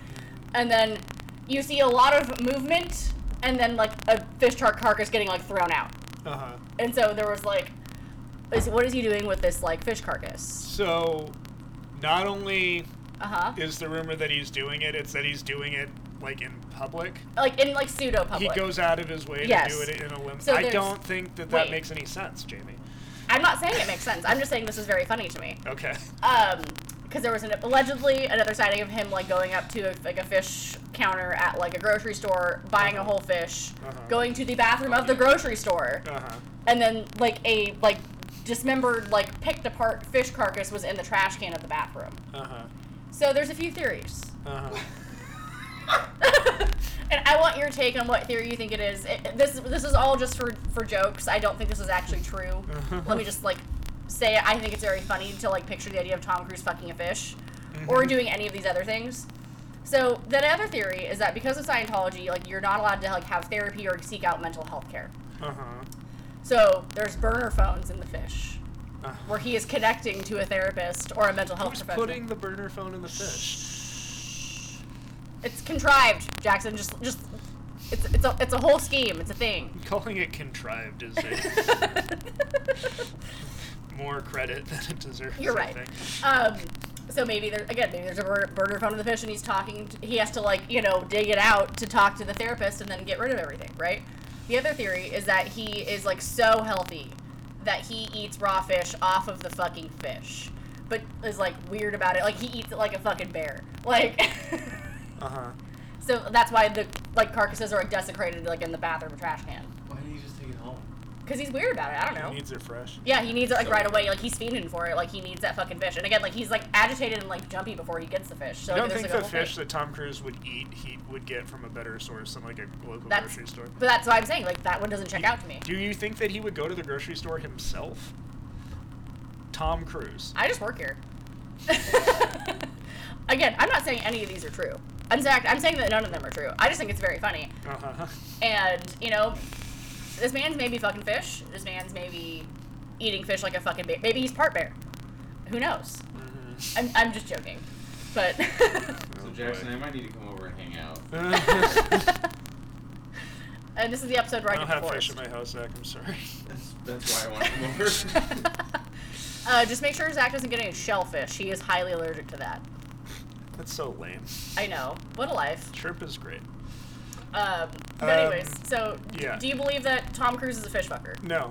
[SPEAKER 1] And then you see a lot of movement, and then like a fish tar carcass getting like thrown out.
[SPEAKER 2] Uh huh.
[SPEAKER 1] And so there was like, is, what is he doing with this like fish carcass?
[SPEAKER 2] So, not only
[SPEAKER 1] Uh huh.
[SPEAKER 2] is the rumor that he's doing it, it's that he's doing it like in public.
[SPEAKER 1] Like in like pseudo public.
[SPEAKER 2] He goes out of his way
[SPEAKER 1] Yes.
[SPEAKER 2] to do it in a limb.
[SPEAKER 1] So
[SPEAKER 2] I
[SPEAKER 1] there's-
[SPEAKER 2] don't think that that
[SPEAKER 1] wait.
[SPEAKER 2] makes any sense, Jamie.
[SPEAKER 1] I'm not saying it makes sense. I'm just saying this is very funny to me.
[SPEAKER 2] Okay.
[SPEAKER 1] Um, because there was an, allegedly another sighting of him like going up to a, like a fish counter at like a grocery store, buying a
[SPEAKER 2] Uh-huh.
[SPEAKER 1] whole fish,
[SPEAKER 2] Uh-huh.
[SPEAKER 1] going to the bathroom of the grocery store,
[SPEAKER 2] Uh huh.
[SPEAKER 1] and then like a like dismembered like picked apart fish carcass was in the trash can of the bathroom.
[SPEAKER 2] Uh huh.
[SPEAKER 1] So there's a few theories.
[SPEAKER 2] Uh huh.
[SPEAKER 1] and I want your take on what theory you think it is. It, this this is all just for for jokes. I don't think this is actually true. Let me just like say I think it's very funny to like picture the idea of Tom Cruise fucking a fish
[SPEAKER 2] Mm-hmm.
[SPEAKER 1] or doing any of these other things. So the other theory is that because of Scientology, like you're not allowed to like have therapy or seek out mental health care.
[SPEAKER 2] Uh huh.
[SPEAKER 1] So there's burner phones in the fish
[SPEAKER 2] Uh-huh.
[SPEAKER 1] where he is connecting to a therapist or a mental health
[SPEAKER 2] Who's
[SPEAKER 1] professional.
[SPEAKER 2] putting the burner phone in the fish?
[SPEAKER 1] It's contrived, Jackson. Just, just, it's, it's a, it's a whole scheme. It's a thing.
[SPEAKER 2] Calling it contrived is a more credit than it deserves.
[SPEAKER 1] You're
[SPEAKER 2] I
[SPEAKER 1] right.
[SPEAKER 2] think.
[SPEAKER 1] Um, so maybe there, again, maybe there's a burner, burner phone in the fish, and he's talking. To, he has to like, you know, dig it out to talk to the therapist, and then get rid of everything, right? The other theory is that he is like so healthy that he eats raw fish off of the fucking fish, but is like weird about it. Like he eats it like a fucking bear. Like.
[SPEAKER 2] Uh huh.
[SPEAKER 1] So that's why the like carcasses are desecrated like in the bathroom trash can.
[SPEAKER 3] Why didn't you just take it home?
[SPEAKER 1] Cause he's weird about it. I don't know.
[SPEAKER 2] He needs it fresh.
[SPEAKER 1] yeah, he needs it like right away. Like he's fiending for it. Like he needs that fucking fish. And again, like he's like agitated and like jumpy before he gets the fish. So
[SPEAKER 2] I don't
[SPEAKER 1] there's,
[SPEAKER 2] think
[SPEAKER 1] like, a
[SPEAKER 2] the
[SPEAKER 1] whole thing.
[SPEAKER 2] fish that Tom Cruise would eat, he would get from a better source than like a local
[SPEAKER 1] That's-
[SPEAKER 2] grocery store.
[SPEAKER 1] But that's why I'm saying like that one doesn't check out to me.
[SPEAKER 2] Do you think that he would go to the grocery store himself? Tom Cruise.
[SPEAKER 1] I just work here. again, I'm not saying any of these are true. In fact, I'm saying that none of them are true. I just think it's very funny.
[SPEAKER 2] Uh huh.
[SPEAKER 1] And you know, this man's maybe fucking fish. This man's maybe eating fish like a fucking bear. Maybe he's part bear. Who knows?
[SPEAKER 2] Mm-hmm.
[SPEAKER 1] I'm, I'm just joking. But Oh,
[SPEAKER 3] so Jackson, I might need to come over and hang out.
[SPEAKER 1] And this is the episode where
[SPEAKER 2] I
[SPEAKER 1] I,
[SPEAKER 2] don't
[SPEAKER 1] get
[SPEAKER 2] have fish in
[SPEAKER 1] divorced.
[SPEAKER 2] my house, Zach. I'm sorry.
[SPEAKER 3] That's that's why I want to come over.
[SPEAKER 1] uh, just make sure Zach doesn't get any shellfish. He is highly allergic to that.
[SPEAKER 2] That's so lame.
[SPEAKER 1] I know. What a life.
[SPEAKER 2] Shrimp is great.
[SPEAKER 1] Um, but
[SPEAKER 2] Um,
[SPEAKER 1] anyways, so d-
[SPEAKER 2] yeah.
[SPEAKER 1] do you believe that Tom Cruise is a fish fucker?
[SPEAKER 2] No,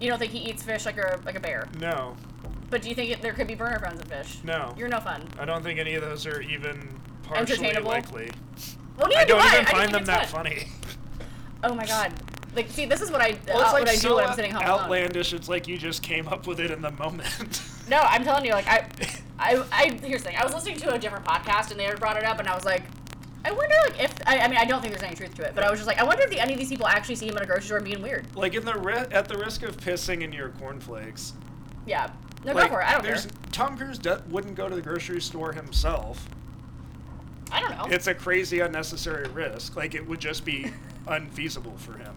[SPEAKER 1] You don't think he eats fish like a like a bear?
[SPEAKER 2] no,
[SPEAKER 1] But do you think it, there could be burner phones in fish?
[SPEAKER 2] no.
[SPEAKER 1] You're no fun.
[SPEAKER 2] I don't think any of those are even partially
[SPEAKER 1] Entertainable?
[SPEAKER 2] likely.
[SPEAKER 1] Well, neither
[SPEAKER 2] I don't
[SPEAKER 1] do
[SPEAKER 2] even
[SPEAKER 1] I just
[SPEAKER 2] find
[SPEAKER 1] think
[SPEAKER 2] them
[SPEAKER 1] it's
[SPEAKER 2] that
[SPEAKER 1] fun.
[SPEAKER 2] funny.
[SPEAKER 1] Oh my god. Like, see, this is what I
[SPEAKER 2] Well,
[SPEAKER 1] uh,
[SPEAKER 2] it's like
[SPEAKER 1] what I do
[SPEAKER 2] so
[SPEAKER 1] when I'm sitting home alone.
[SPEAKER 2] outlandish. It's like you just came up with it in the moment.
[SPEAKER 1] No, I'm telling you, like I, I, I. Here's the thing. I was listening to a different podcast and they had brought it up, and I was like, I wonder, like, if I, I mean, I don't think there's any truth to it, but I was just like, I wonder if the, any of these people actually see him at a grocery store being weird.
[SPEAKER 2] like in the ri- at the risk of pissing in your cornflakes.
[SPEAKER 1] Yeah. No,
[SPEAKER 2] like,
[SPEAKER 1] go for it. I don't care.
[SPEAKER 2] there's- Tom Cruise do- wouldn't go to the grocery store himself.
[SPEAKER 1] I don't know.
[SPEAKER 2] It's a crazy unnecessary risk. Like it would just be unfeasible for him.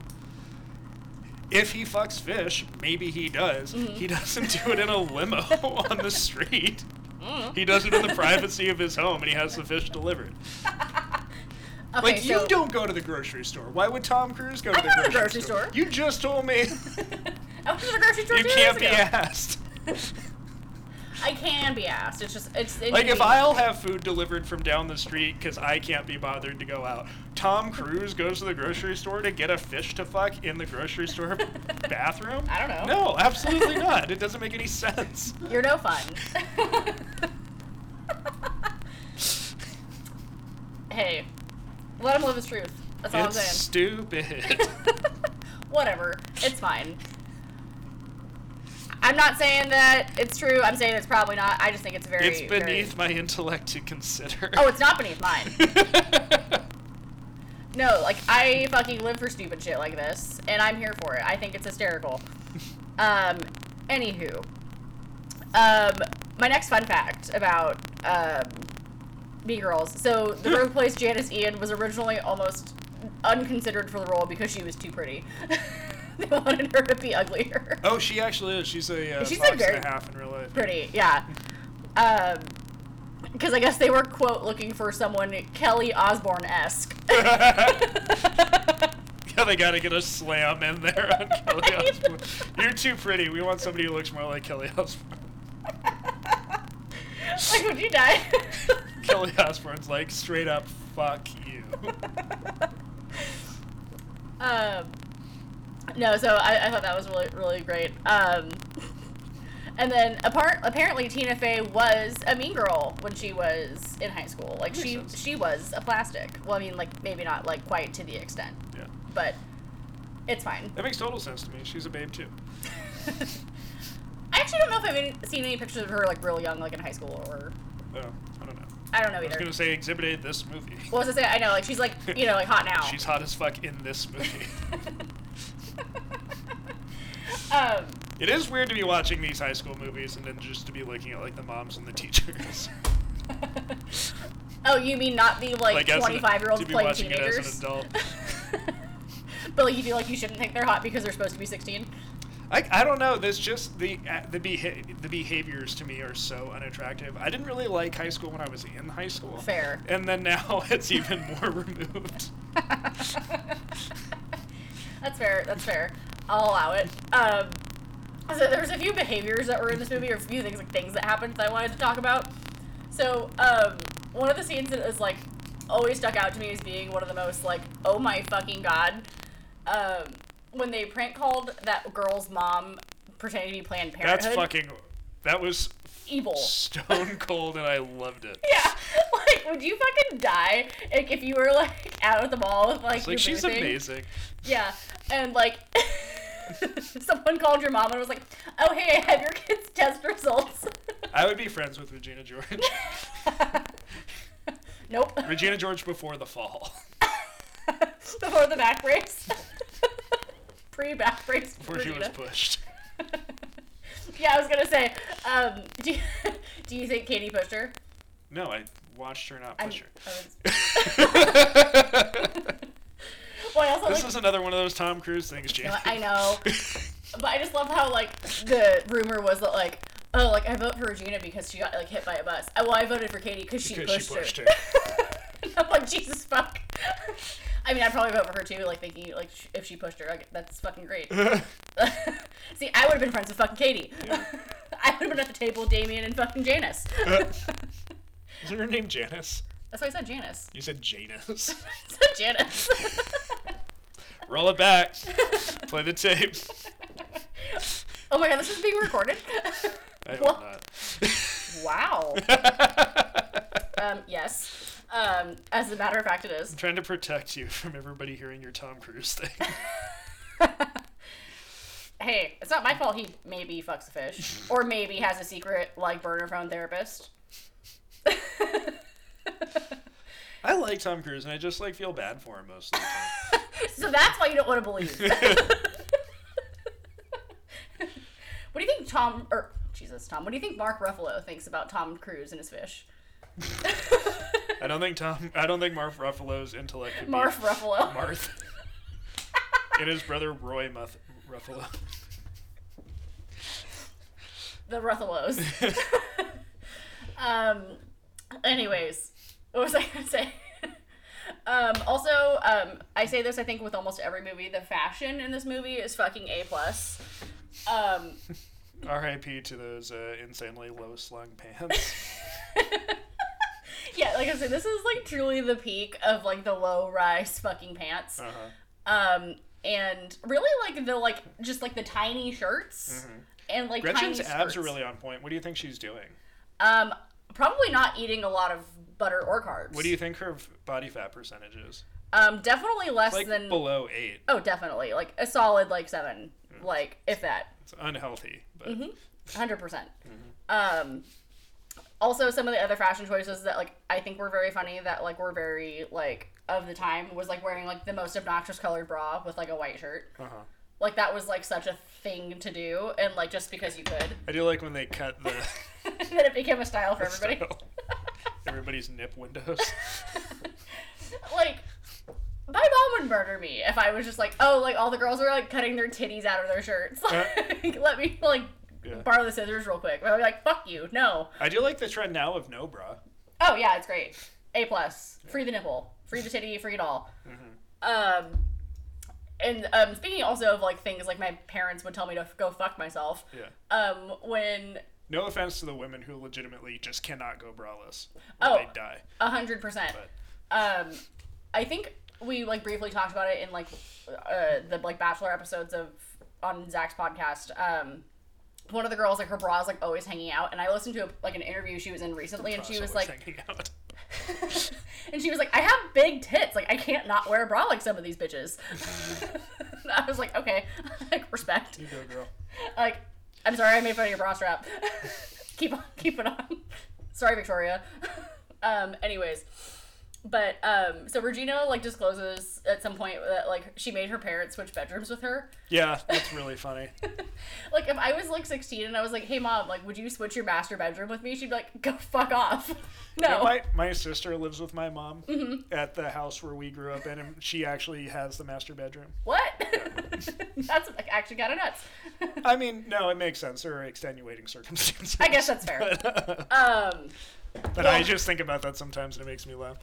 [SPEAKER 2] If he fucks fish, maybe he does.
[SPEAKER 1] Mm-hmm.
[SPEAKER 2] He doesn't do it in a limo on the street.
[SPEAKER 1] Mm.
[SPEAKER 2] He does it in the privacy of his home and he has the fish delivered.
[SPEAKER 1] Okay,
[SPEAKER 2] like you
[SPEAKER 1] so-
[SPEAKER 2] don't go to the grocery store. Why would Tom Cruise go
[SPEAKER 1] I
[SPEAKER 2] to the
[SPEAKER 1] go to the grocery
[SPEAKER 2] grocery,
[SPEAKER 1] store.
[SPEAKER 2] You just told me
[SPEAKER 1] I went to the grocery store
[SPEAKER 2] you
[SPEAKER 1] two
[SPEAKER 2] can't be
[SPEAKER 1] days ago.
[SPEAKER 2] asked.
[SPEAKER 1] I can be asked. It's just it's
[SPEAKER 2] Like if
[SPEAKER 1] inconvenient.
[SPEAKER 2] I'll have food delivered from down the street because I can't be bothered to go out. Tom Cruise goes to the grocery store to get a fish to fuck in the grocery store bathroom.
[SPEAKER 1] I don't know.
[SPEAKER 2] No, absolutely not. It doesn't make any sense.
[SPEAKER 1] You're no fun. hey, let him live his truth. That's all
[SPEAKER 2] it's
[SPEAKER 1] I'm saying.
[SPEAKER 2] stupid.
[SPEAKER 1] Whatever. It's fine. I'm not saying that it's true. I'm saying it's probably not. I just think it's very.
[SPEAKER 2] it's
[SPEAKER 1] very-
[SPEAKER 2] beneath my intellect to consider.
[SPEAKER 1] Oh, it's not beneath mine. No, like I fucking live for stupid shit like this, and I'm here for it. I think it's hysterical. Um, anywho, um, my next fun fact about um, Mean Girls. So the girl who plays Janice Ian was originally almost unconsidered for the role because she was too pretty. they wanted her to be uglier.
[SPEAKER 2] Oh, she actually is. She's a uh,
[SPEAKER 1] She's a
[SPEAKER 2] fox
[SPEAKER 1] very
[SPEAKER 2] and a half in real life.
[SPEAKER 1] Pretty, yeah. Um, because I guess they were quote looking for someone Kelly Osborne esque.
[SPEAKER 2] Yeah, they gotta get a slam in there on Kelly
[SPEAKER 1] Right.
[SPEAKER 2] Osbourne. You're too pretty. We want somebody who looks more like Kelly Osbourne.
[SPEAKER 1] like, would you die?
[SPEAKER 2] Kelly Osbourne's like straight up, fuck you.
[SPEAKER 1] um, no, so I, I thought that was really really great. Um, and then apart, apparently Tina Fey was a mean girl when she was in high school. Like
[SPEAKER 2] Makes
[SPEAKER 1] she
[SPEAKER 2] sense.
[SPEAKER 1] she was a plastic. Well, I mean, like maybe not like quite to the extent,
[SPEAKER 2] Yeah,
[SPEAKER 1] but it's fine.
[SPEAKER 2] that makes total sense to me. She's a babe too.
[SPEAKER 1] I actually don't know if I've any, seen any pictures of her like real young, like in high school or
[SPEAKER 2] Oh, I don't know.
[SPEAKER 1] I don't know
[SPEAKER 2] I was
[SPEAKER 1] either.
[SPEAKER 2] gonna say exhibited this movie.
[SPEAKER 1] What was I saying? I know, like she's like you know, like hot now.
[SPEAKER 2] She's hot as fuck in this movie.
[SPEAKER 1] um,
[SPEAKER 2] it is weird to be watching these high school movies and then just to be looking at like the moms and the teachers.
[SPEAKER 1] oh, you mean not the like
[SPEAKER 2] Like, as an-
[SPEAKER 1] twenty five year olds
[SPEAKER 2] to be
[SPEAKER 1] playing
[SPEAKER 2] watching it as an
[SPEAKER 1] teenagers?
[SPEAKER 2] adult.
[SPEAKER 1] but like you feel like you shouldn't think they're hot because they're supposed to be sixteen.
[SPEAKER 2] I, I don't know. There's just the uh, the beha- the behaviors to me are so unattractive. I didn't really like high school when I was in high school.
[SPEAKER 1] Fair.
[SPEAKER 2] And then now it's even more removed.
[SPEAKER 1] that's fair. That's fair. I'll allow it. Um, so there's a few behaviors that were in this movie, or a few things like things that happened that I wanted to talk about. So um, one of the scenes that is like always stuck out to me as being one of the most like oh my fucking god um, when they prank called that girl's mom pretending to be Planned Parenthood.
[SPEAKER 2] That's fucking. That was
[SPEAKER 1] evil.
[SPEAKER 2] stone cold, and I loved it.
[SPEAKER 1] Yeah, like would you fucking die like if you were like out at the mall with like
[SPEAKER 2] It's
[SPEAKER 1] your
[SPEAKER 2] like she's
[SPEAKER 1] boo thing?
[SPEAKER 2] amazing.
[SPEAKER 1] Yeah, and like someone called your mom and was like, "Oh hey, I have your kids' test results."
[SPEAKER 2] I would be friends with Regina George.
[SPEAKER 1] nope.
[SPEAKER 2] Regina George before the fall,
[SPEAKER 1] Before the back brace. Pre back brace.
[SPEAKER 2] before she was
[SPEAKER 1] Regina.
[SPEAKER 2] pushed.
[SPEAKER 1] yeah, I was gonna say. Um, do you, do you think Katie pushed her?
[SPEAKER 2] No, I watched her not
[SPEAKER 1] I'm-
[SPEAKER 2] push her.
[SPEAKER 1] I was, well, I also
[SPEAKER 2] this
[SPEAKER 1] like,
[SPEAKER 2] is another one of those Tom Cruise things, Jamie.
[SPEAKER 1] I know. But I just love how like the rumor was that like, oh, like I vote for Regina because she got like hit by a bus. I, well, I voted for Katie because she,
[SPEAKER 2] Because
[SPEAKER 1] pushed
[SPEAKER 2] she pushed
[SPEAKER 1] her.
[SPEAKER 2] her.
[SPEAKER 1] And I'm like Jesus fuck. I mean, I'd probably vote for her too. Like thinking like sh- if she pushed her, like that's fucking great. See, I would have been friends with fucking Katie.
[SPEAKER 2] Yeah.
[SPEAKER 1] I would have been at the table, with Damien and fucking Janice.
[SPEAKER 2] Uh. Is her name Janice?
[SPEAKER 1] that's why I said Janice.
[SPEAKER 2] You said Janus.
[SPEAKER 1] I said Janice.
[SPEAKER 2] Roll it back. Play the tape.
[SPEAKER 1] oh my god, this is being recorded.
[SPEAKER 2] I
[SPEAKER 1] What?
[SPEAKER 2] hope not.
[SPEAKER 1] wow.
[SPEAKER 2] I'm
[SPEAKER 1] Um, yes. Um, as a matter of fact, it is.
[SPEAKER 2] trying to protect you from everybody hearing your Tom Cruise thing.
[SPEAKER 1] hey, it's not my fault he maybe fucks a fish. Or maybe has a secret, like, burner phone therapist.
[SPEAKER 2] I like Tom Cruise, and I just like feel bad for him most of the time.
[SPEAKER 1] so that's why you don't want to believe. what do you think Tom, or Jesus, Tom, what do you think Mark Ruffalo thinks about Tom Cruise and his fish?
[SPEAKER 2] I don't think Tom. I don't think Marf Ruffalo's intellect. Could
[SPEAKER 1] Marf
[SPEAKER 2] be
[SPEAKER 1] Ruffalo.
[SPEAKER 2] Marth. and his brother Roy Muff- Ruffalo.
[SPEAKER 1] the Ruffalos. um, anyways, what was I gonna say? um, also, um, I say this I think with almost every movie, the fashion in this movie is fucking a plus. Um,
[SPEAKER 2] R.I.P. to those uh, insanely low slung pants.
[SPEAKER 1] yeah, like I said, this is like truly the peak of like the low rise fucking pants.
[SPEAKER 2] Uh-huh.
[SPEAKER 1] Um, and really like the like just like the tiny shirts. And like
[SPEAKER 2] Mm-hmm. Gretchen's
[SPEAKER 1] tiny
[SPEAKER 2] abs are
[SPEAKER 1] skirts.
[SPEAKER 2] really on point. What do you think she's doing?
[SPEAKER 1] um probably not eating a lot of butter or carbs.
[SPEAKER 2] What do you think her f- body fat percentage is?
[SPEAKER 1] um definitely less
[SPEAKER 2] Like
[SPEAKER 1] than
[SPEAKER 2] below eight.
[SPEAKER 1] Oh, definitely. Like a solid like seven, like if that,
[SPEAKER 2] It's unhealthy, but
[SPEAKER 1] Mm-hmm. hundred percent. Um, also some of the other fashion choices that like I think were very funny that like were very like of the time was like wearing like the most obnoxious colored bra with like a white shirt.
[SPEAKER 2] uh-huh.
[SPEAKER 1] Like that was like such a thing to do, and like just because you could,
[SPEAKER 2] I do like when they cut the
[SPEAKER 1] then it became a style for everybody.
[SPEAKER 2] style. Everybody everybody's nip windows.
[SPEAKER 1] like, my mom would murder me if I was just like, oh, like all the girls are like cutting their titties out of their shirts. Like, let me like
[SPEAKER 2] Yeah.
[SPEAKER 1] borrow the scissors real quick. But I'd be like, fuck you, no.
[SPEAKER 2] I do like the trend now of no bra.
[SPEAKER 1] Oh yeah, it's great. A plus. Free the nipple. Free the titty. Free it all. Um, and um, speaking also of like things like my parents would tell me to f- go fuck myself.
[SPEAKER 2] Yeah.
[SPEAKER 1] Um, when
[SPEAKER 2] No offense to the women who legitimately just cannot go braless. Or
[SPEAKER 1] Oh.
[SPEAKER 2] They die.
[SPEAKER 1] a hundred percent.
[SPEAKER 2] But
[SPEAKER 1] Um, I think we like briefly talked about it in like uh, the like bachelor episodes of on Zach's podcast. Um, one of the girls like her bra is like always hanging out, and I listened to a, like an interview she was in recently, and she
[SPEAKER 2] Ross
[SPEAKER 1] was
[SPEAKER 2] always
[SPEAKER 1] like,
[SPEAKER 2] hanging out.
[SPEAKER 1] and she was like, I have big tits. Like, I can't not wear a bra like some of these bitches. And I was like, okay, like respect.
[SPEAKER 2] You go, girl.
[SPEAKER 1] Like, I'm sorry I made fun of your bra strap. keep on, keep it on. sorry, Victoria. um, anyways, but um, so Regina like discloses at some point that like she made her parents switch bedrooms with her.
[SPEAKER 2] Yeah, that's really funny.
[SPEAKER 1] Like, if I was like 16 and I was like, hey mom, like, would you switch your master bedroom with me? She'd be like, go fuck off.
[SPEAKER 2] You
[SPEAKER 1] No.
[SPEAKER 2] know,
[SPEAKER 1] Mm-hmm.
[SPEAKER 2] my, my sister lives with my mom at the house where we grew up in, and she actually has the master bedroom.
[SPEAKER 1] what? That's like, actually kind of nuts.
[SPEAKER 2] I mean, no, it makes sense. There are extenuating circumstances.
[SPEAKER 1] I guess that's fair.
[SPEAKER 2] But,
[SPEAKER 1] Um,
[SPEAKER 2] but
[SPEAKER 1] Yeah.
[SPEAKER 2] I just think about that sometimes, and it makes me laugh.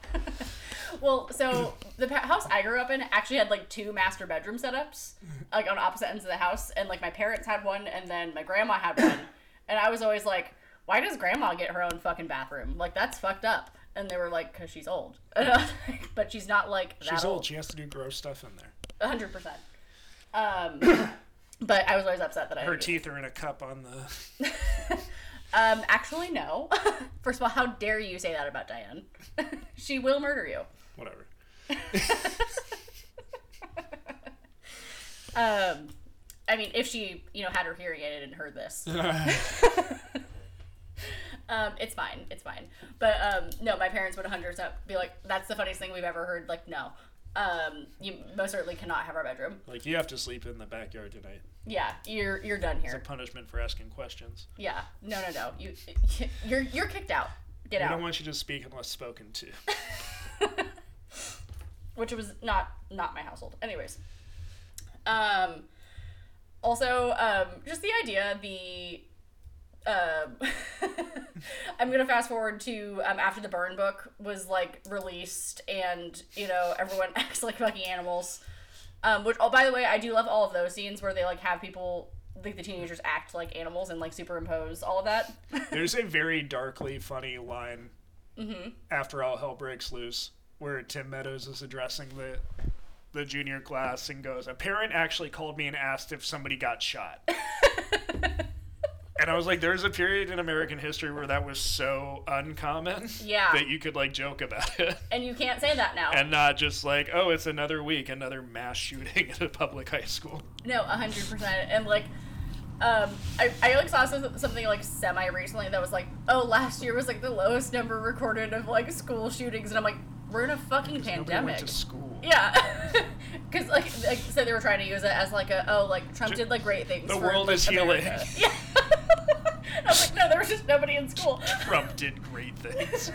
[SPEAKER 1] well, so the pa- house I grew up in actually had like two master bedroom setups, like on opposite ends of the house, and like my parents had one, and then my grandma had one, and I was always like, why does grandma get her own fucking bathroom? Like that's fucked up. And they were like, because she's old, And I was like, but she's not like that
[SPEAKER 2] She's old. She has to do gross stuff in there.
[SPEAKER 1] A hundred percent. Um, but I was always upset that I
[SPEAKER 2] Her
[SPEAKER 1] had to do
[SPEAKER 2] teeth are in a cup on the.
[SPEAKER 1] Um, actually, no. First of all, how dare you say that about Diane? she will murder you.
[SPEAKER 2] Whatever.
[SPEAKER 1] Um, I mean, if she, you know, had her hearing aided and heard this,
[SPEAKER 2] Mm-hmm.
[SPEAKER 1] um, it's fine. It's fine. But um, no, my parents would 100% be like, "That's the funniest thing we've ever heard." Like, no, um, you most certainly cannot have our bedroom.
[SPEAKER 2] like, you have to sleep in the backyard tonight.
[SPEAKER 1] Yeah, you're you're done
[SPEAKER 2] It's a
[SPEAKER 1] here.
[SPEAKER 2] punishment for asking questions.
[SPEAKER 1] Yeah, no, no, no. You you're you're kicked out. Get
[SPEAKER 2] We
[SPEAKER 1] out.
[SPEAKER 2] don't want you to speak unless spoken to.
[SPEAKER 1] which was not not my household anyways um also um just the idea the um i'm gonna fast forward to um after the burn book was like released and you know everyone acts like fucking animals um which oh by the way i do love all of those scenes where they like have people like the teenagers act like animals and like superimpose all of that
[SPEAKER 2] There's a very darkly funny line after all hell breaks loose where Tim Meadows is addressing the the junior class and goes, A parent actually called me and asked if somebody got shot. and I was like, there's a period in American history where that was so uncommon
[SPEAKER 1] Yeah.
[SPEAKER 2] that you could like joke about it
[SPEAKER 1] and you can't say that now
[SPEAKER 2] and not just like, oh, it's another week, another mass shooting at a public high school.
[SPEAKER 1] No, hundred percent. And like, um, I, I like saw some, something like semi recently that was like, oh, last year was like the lowest number recorded of like school shootings, and I'm like, we're in a fucking
[SPEAKER 2] Nobody went
[SPEAKER 1] pandemic.
[SPEAKER 2] to school.
[SPEAKER 1] Yeah, because like, like so they were trying to use it as like a oh like Trump did like great things.
[SPEAKER 2] The
[SPEAKER 1] for,
[SPEAKER 2] world
[SPEAKER 1] like,
[SPEAKER 2] is healing.
[SPEAKER 1] America. Yeah. I was like, no, there was just nobody in school.
[SPEAKER 2] Trump did great things.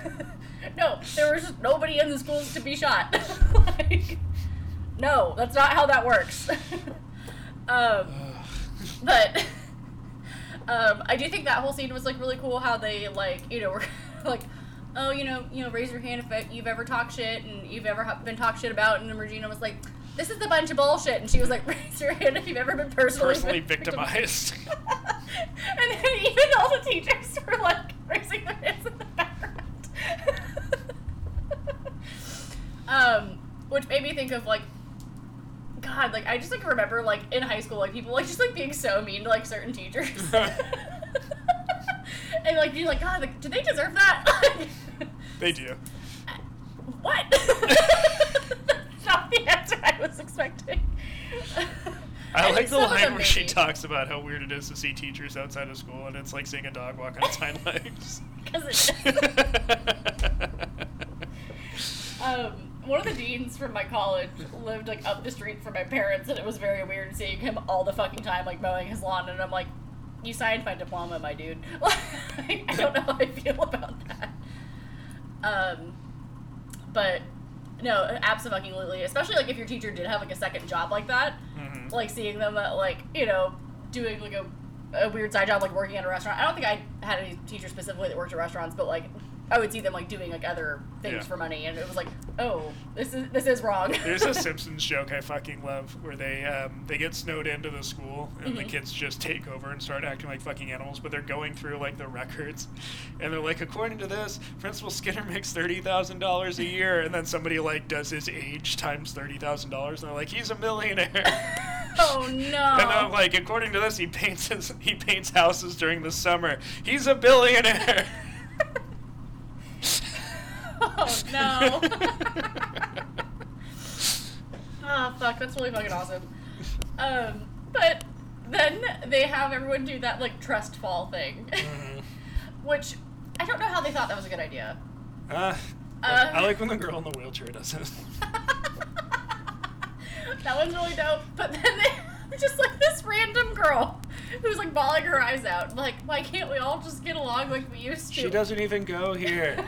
[SPEAKER 1] no, there was just nobody in the schools to be shot. like, no, that's not how that works. um, but um, I do think that whole scene was like really cool. How they like you know were like, oh you know you know raise your hand if e-, you've ever talked shit and you've ever ha- been talked shit about. And then Regina was like, this is a bunch of bullshit. And she was like, raise your hand if you've ever been personally
[SPEAKER 2] Personally victimized.
[SPEAKER 1] and then even all the teachers were like raising their hands in the background. um, which made me think of like, God, like I just like remember like in high school like people like just like being so mean to like certain teachers. and like being like, God, like, do they deserve that?
[SPEAKER 2] they do.
[SPEAKER 1] what? Not the answer I was expecting.
[SPEAKER 2] I
[SPEAKER 1] And
[SPEAKER 2] like the
[SPEAKER 1] some of
[SPEAKER 2] line
[SPEAKER 1] them
[SPEAKER 2] where she
[SPEAKER 1] maybe.
[SPEAKER 2] talks about how weird it is to see teachers outside of school, and it's like seeing a dog walk on its hind legs.
[SPEAKER 1] 'Cause it is. Um, one of the deans from my college lived like up the street from my parents, and it was very weird seeing him all the fucking time, like mowing his lawn. And I'm like, "You signed my diploma, my dude." Like, I don't know how I feel about that. Um, but no, absolutely, especially like if your teacher did have like a second job like that,
[SPEAKER 2] Mhm.
[SPEAKER 1] like seeing them at, like you know doing like a, a weird side job like working at a restaurant. I don't think I had any teacher specifically that worked at restaurants, but like I would see them like doing like other things
[SPEAKER 2] Yeah.
[SPEAKER 1] for money, and it was like, oh, this is this is wrong.
[SPEAKER 2] There's a Simpsons joke I fucking love where they um, they get snowed into the school and the
[SPEAKER 1] Mhm.
[SPEAKER 2] kids just take over and start acting like fucking animals, but they're going through like the records and they're like, according to this, Principal Skinner makes thirty thousand dollars a year, and then somebody like does his age times thirty thousand dollars, and they're like, he's a millionaire.
[SPEAKER 1] oh no.
[SPEAKER 2] And I'm like, according to this, he paints his, he paints houses during the summer. He's a billionaire.
[SPEAKER 1] oh no. oh fuck, that's really fucking awesome. Um, but then they have everyone do that like trust fall thing,
[SPEAKER 2] Mm-hmm.
[SPEAKER 1] which I don't know how they thought that was a good idea.
[SPEAKER 2] Uh,
[SPEAKER 1] Uh.
[SPEAKER 2] I like when the girl in the wheelchair does it.
[SPEAKER 1] that one's really dope. But then they just like this random girl who's like bawling her eyes out. Like, why can't we all just get along like we used to?
[SPEAKER 2] She doesn't even go here.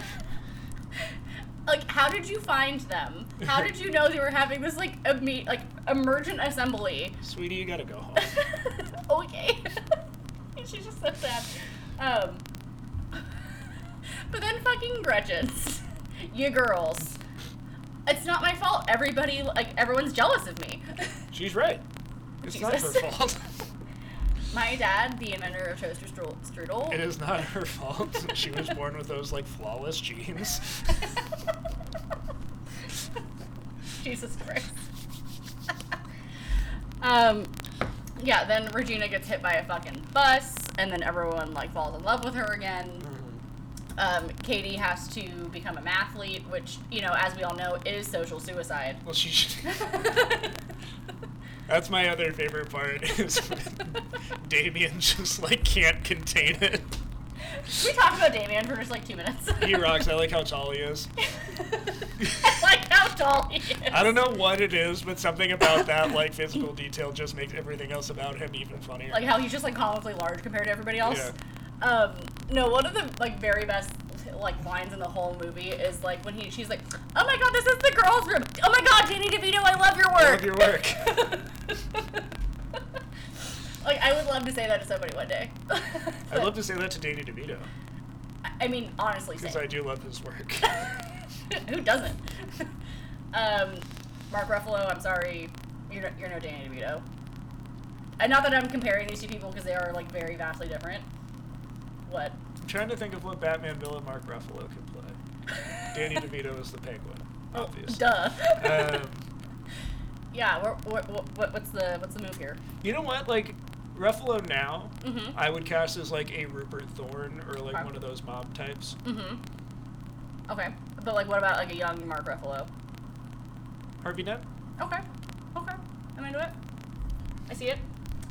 [SPEAKER 1] like, how did you find them? How did you know they were having this like imme- like emergent assembly?
[SPEAKER 2] Sweetie, you gotta go home.
[SPEAKER 1] okay. She's just so sad. Um, but then fucking Gretchen's. You girls. It's not my fault. Everybody, like, everyone's jealous of me.
[SPEAKER 2] She's right. It's not her
[SPEAKER 1] Jesus.
[SPEAKER 2] fault.
[SPEAKER 1] my dad, the inventor of toaster strudel. strudel
[SPEAKER 2] It is not her fault. She was born with those like flawless genes.
[SPEAKER 1] Jesus Christ. um, yeah, then Regina gets hit by a fucking bus, and then everyone, like, falls in love with her again.
[SPEAKER 2] Mm. Mm-hmm.
[SPEAKER 1] um, Katie has to become a mathlete, which, you know, as we all know, is social suicide.
[SPEAKER 2] Well, she should. That's my other favorite part is when Damien just like can't contain it.
[SPEAKER 1] we talked about Damien for just like two minutes.
[SPEAKER 2] He rocks. I like how tall he is.
[SPEAKER 1] I like how tall he is.
[SPEAKER 2] I don't know what it is, but something about that like physical detail just makes everything else about him even funnier.
[SPEAKER 1] Like how he's just like comically large compared to everybody else. Um, no, one of the like very best like lines in the whole movie is like when he she's like, Oh my god, this is the girls' room. Oh my god, Danny DeVito, I love your work.
[SPEAKER 2] I love your work.
[SPEAKER 1] like I would love to say that to somebody one day.
[SPEAKER 2] I'd love to say that to Danny DeVito
[SPEAKER 1] I- I mean, honestly,
[SPEAKER 2] because
[SPEAKER 1] say.
[SPEAKER 2] I do love his work.
[SPEAKER 1] Who doesn't? um, Mark Ruffalo, I'm sorry, you're no, you're no Danny DeVito. And not that I'm comparing these two people because they are like very vastly different. What?
[SPEAKER 2] I'm trying to think of what Batman villain Mark Ruffalo could play. Danny DeVito is the penguin, obviously.
[SPEAKER 1] Oh, Duh.
[SPEAKER 2] Um,
[SPEAKER 1] yeah. What, what, what, what's the what's the move here?
[SPEAKER 2] you know what? Like Ruffalo now,
[SPEAKER 1] Mm-hmm.
[SPEAKER 2] I would cast as like a Rupert Thorne or like
[SPEAKER 1] Okay.
[SPEAKER 2] one of those mob types.
[SPEAKER 1] Mm-hmm. Okay. But like, what about like a young Mark Ruffalo? Mm-hmm.
[SPEAKER 2] Harvey Dent.
[SPEAKER 1] Okay. Okay. I'm into it. I see it.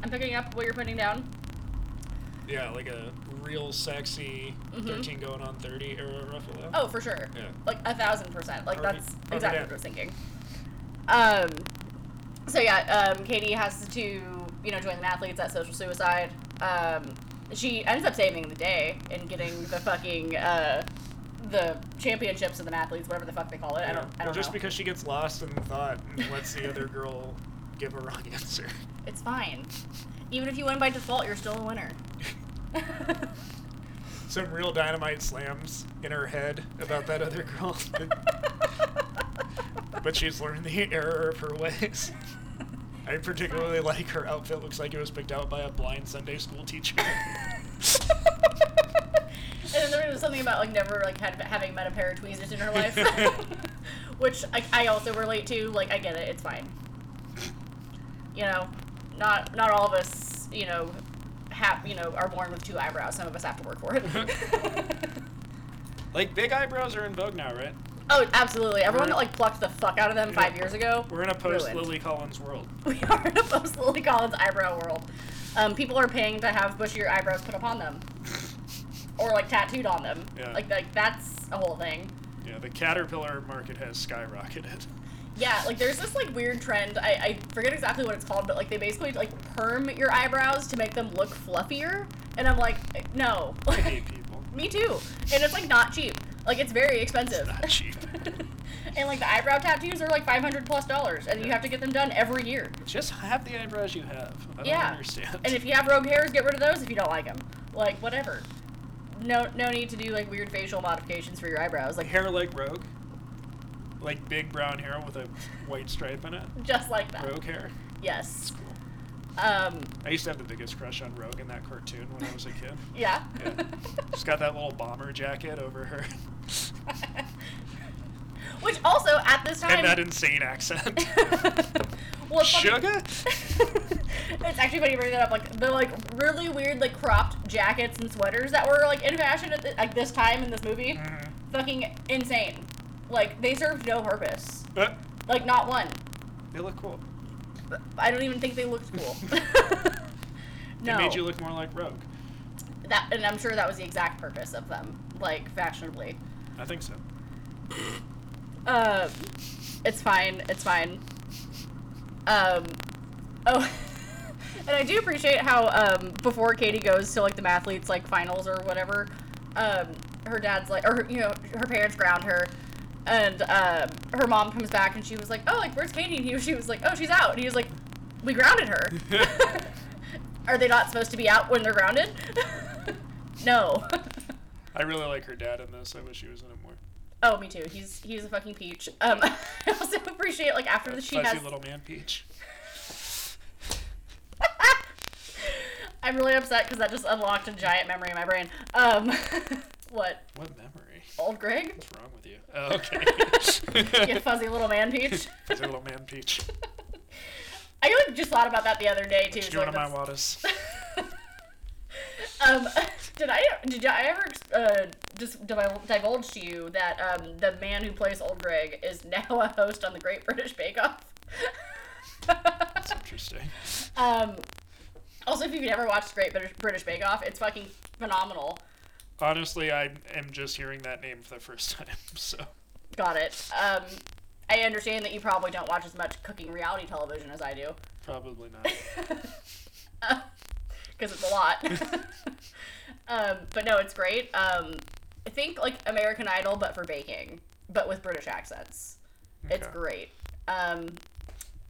[SPEAKER 1] I'm picking up what you're putting down.
[SPEAKER 2] Yeah, like a real sexy
[SPEAKER 1] Mhm.
[SPEAKER 2] thirteen going on thirty era Ruffalo.
[SPEAKER 1] Oh, for sure.
[SPEAKER 2] Yeah.
[SPEAKER 1] Like a thousand percent. Like
[SPEAKER 2] Harvey-
[SPEAKER 1] that's
[SPEAKER 2] Harvey
[SPEAKER 1] exactly what
[SPEAKER 2] Dent.
[SPEAKER 1] I was thinking. Um. So yeah, um, Katie has to, you know, join the athletes at social suicide. Um, she ends up saving the day and getting the fucking uh, the championships of the athletes, whatever the fuck they call it. I
[SPEAKER 2] Yeah.
[SPEAKER 1] don't. I
[SPEAKER 2] Well,
[SPEAKER 1] don't
[SPEAKER 2] just
[SPEAKER 1] know.
[SPEAKER 2] because she gets lost in thought and lets the other girl give a wrong answer.
[SPEAKER 1] It's fine. Even if you win by default, you're still a winner.
[SPEAKER 2] Some real dynamite slams in her head about that other girl, but she's learned the error of her ways. I particularly like her outfit. Looks like it was picked out by a blind Sunday school teacher.
[SPEAKER 1] And then there was something about like never like had, having met a pair of tweezers in her life, which I, I also relate to. Like I get it, it's fine. You know, not not all of us, you know, have you know are born with two eyebrows. Some of us have to work for it.
[SPEAKER 2] like big eyebrows are in vogue now, right?
[SPEAKER 1] oh, absolutely! Everyone that
[SPEAKER 2] We're-
[SPEAKER 1] like plucked the fuck out of them five years ago.
[SPEAKER 2] We're in a post
[SPEAKER 1] ruined.
[SPEAKER 2] Lily Collins world.
[SPEAKER 1] We are in a post Lily Collins eyebrow world. Um, people are paying to have bushier eyebrows put upon them, or like tattooed on them.
[SPEAKER 2] Yeah.
[SPEAKER 1] Like like that's a whole thing.
[SPEAKER 2] Yeah, the caterpillar market has skyrocketed.
[SPEAKER 1] Yeah, like there's this like weird trend. I, I forget exactly what it's called, but like they basically like perm your eyebrows to make them look fluffier. And I'm like, eh, no.
[SPEAKER 2] I hate people.
[SPEAKER 1] Me too. And it's like not cheap. Like it's very expensive.
[SPEAKER 2] not cheap.
[SPEAKER 1] and like the eyebrow tattoos are like five hundred plus dollars, and you have to get them done every year.
[SPEAKER 2] Just have the eyebrows you have. I don't
[SPEAKER 1] yeah.
[SPEAKER 2] understand.
[SPEAKER 1] And if you have rogue hairs, get rid of those if you don't like them. Like whatever. No, no need to do like weird facial modifications for your eyebrows. Like
[SPEAKER 2] hair like Rogue, like big brown hair with a white stripe in it.
[SPEAKER 1] just like that.
[SPEAKER 2] Rogue hair. It's
[SPEAKER 1] Yes.
[SPEAKER 2] cool.
[SPEAKER 1] Um.
[SPEAKER 2] I used to have the biggest crush on Rogue in that cartoon when I was a kid.
[SPEAKER 1] Yeah.
[SPEAKER 2] Yeah. She's got that little bomber jacket over her,
[SPEAKER 1] Which also at this time.
[SPEAKER 2] and that insane accent.
[SPEAKER 1] well, it's funny-
[SPEAKER 2] Sugar.
[SPEAKER 1] it's actually funny you bring that up. Like the like really weird like cropped jackets and sweaters that were like in fashion at the, like this time in this movie.
[SPEAKER 2] Mhm.
[SPEAKER 1] Fucking insane. Like they served no purpose.
[SPEAKER 2] But
[SPEAKER 1] Like not one.
[SPEAKER 2] they look cool.
[SPEAKER 1] I don't even think they looked cool. no.
[SPEAKER 2] It made you look more like Rogue.
[SPEAKER 1] that, and I'm sure that was the exact purpose of them, like fashionably.
[SPEAKER 2] I think so.
[SPEAKER 1] Uh, it's fine. It's fine. Um, oh, and I do appreciate how um, before Katie goes to like the mathletes like finals or whatever, um, her dad's like, or you know, her parents ground her, and um, her mom comes back and she was like, oh, like where's Katie? And he, she was like, oh, she's out. And he was like, we grounded her. Are they not supposed to be out when they're grounded? no.
[SPEAKER 2] I really like her dad in this. I wish he was in it more.
[SPEAKER 1] Oh, me too. He's he's a fucking peach. Um, I also appreciate like after the she
[SPEAKER 2] Fuzzy
[SPEAKER 1] has.
[SPEAKER 2] little man peach.
[SPEAKER 1] I'm really upset because that just unlocked a giant memory in my brain. Um, what
[SPEAKER 2] What memory?
[SPEAKER 1] old Greg?
[SPEAKER 2] What's wrong with you? Oh, okay.
[SPEAKER 1] You fuzzy little man peach.
[SPEAKER 2] Fuzzy little man peach.
[SPEAKER 1] I like just thought about that the other day too.
[SPEAKER 2] What you
[SPEAKER 1] so,
[SPEAKER 2] doing
[SPEAKER 1] like,
[SPEAKER 2] to my
[SPEAKER 1] that's-
[SPEAKER 2] waters?
[SPEAKER 1] um, did I did I ever uh, just divul- divulge to you that um, the man who plays old Greg is now a host on the Great British Bake Off?
[SPEAKER 2] That's interesting.
[SPEAKER 1] Um, also, if you've never watched Great British, British Bake Off, it's fucking phenomenal.
[SPEAKER 2] Honestly, I am just hearing that name for the first time. So
[SPEAKER 1] Got it. Um, I understand that you probably don't watch as much cooking reality television as I do,
[SPEAKER 2] probably not.
[SPEAKER 1] because it's a lot. um, but no, it's great. Um, I think like American Idol, but for baking, but with British accents. It's
[SPEAKER 2] Okay.
[SPEAKER 1] great. Um,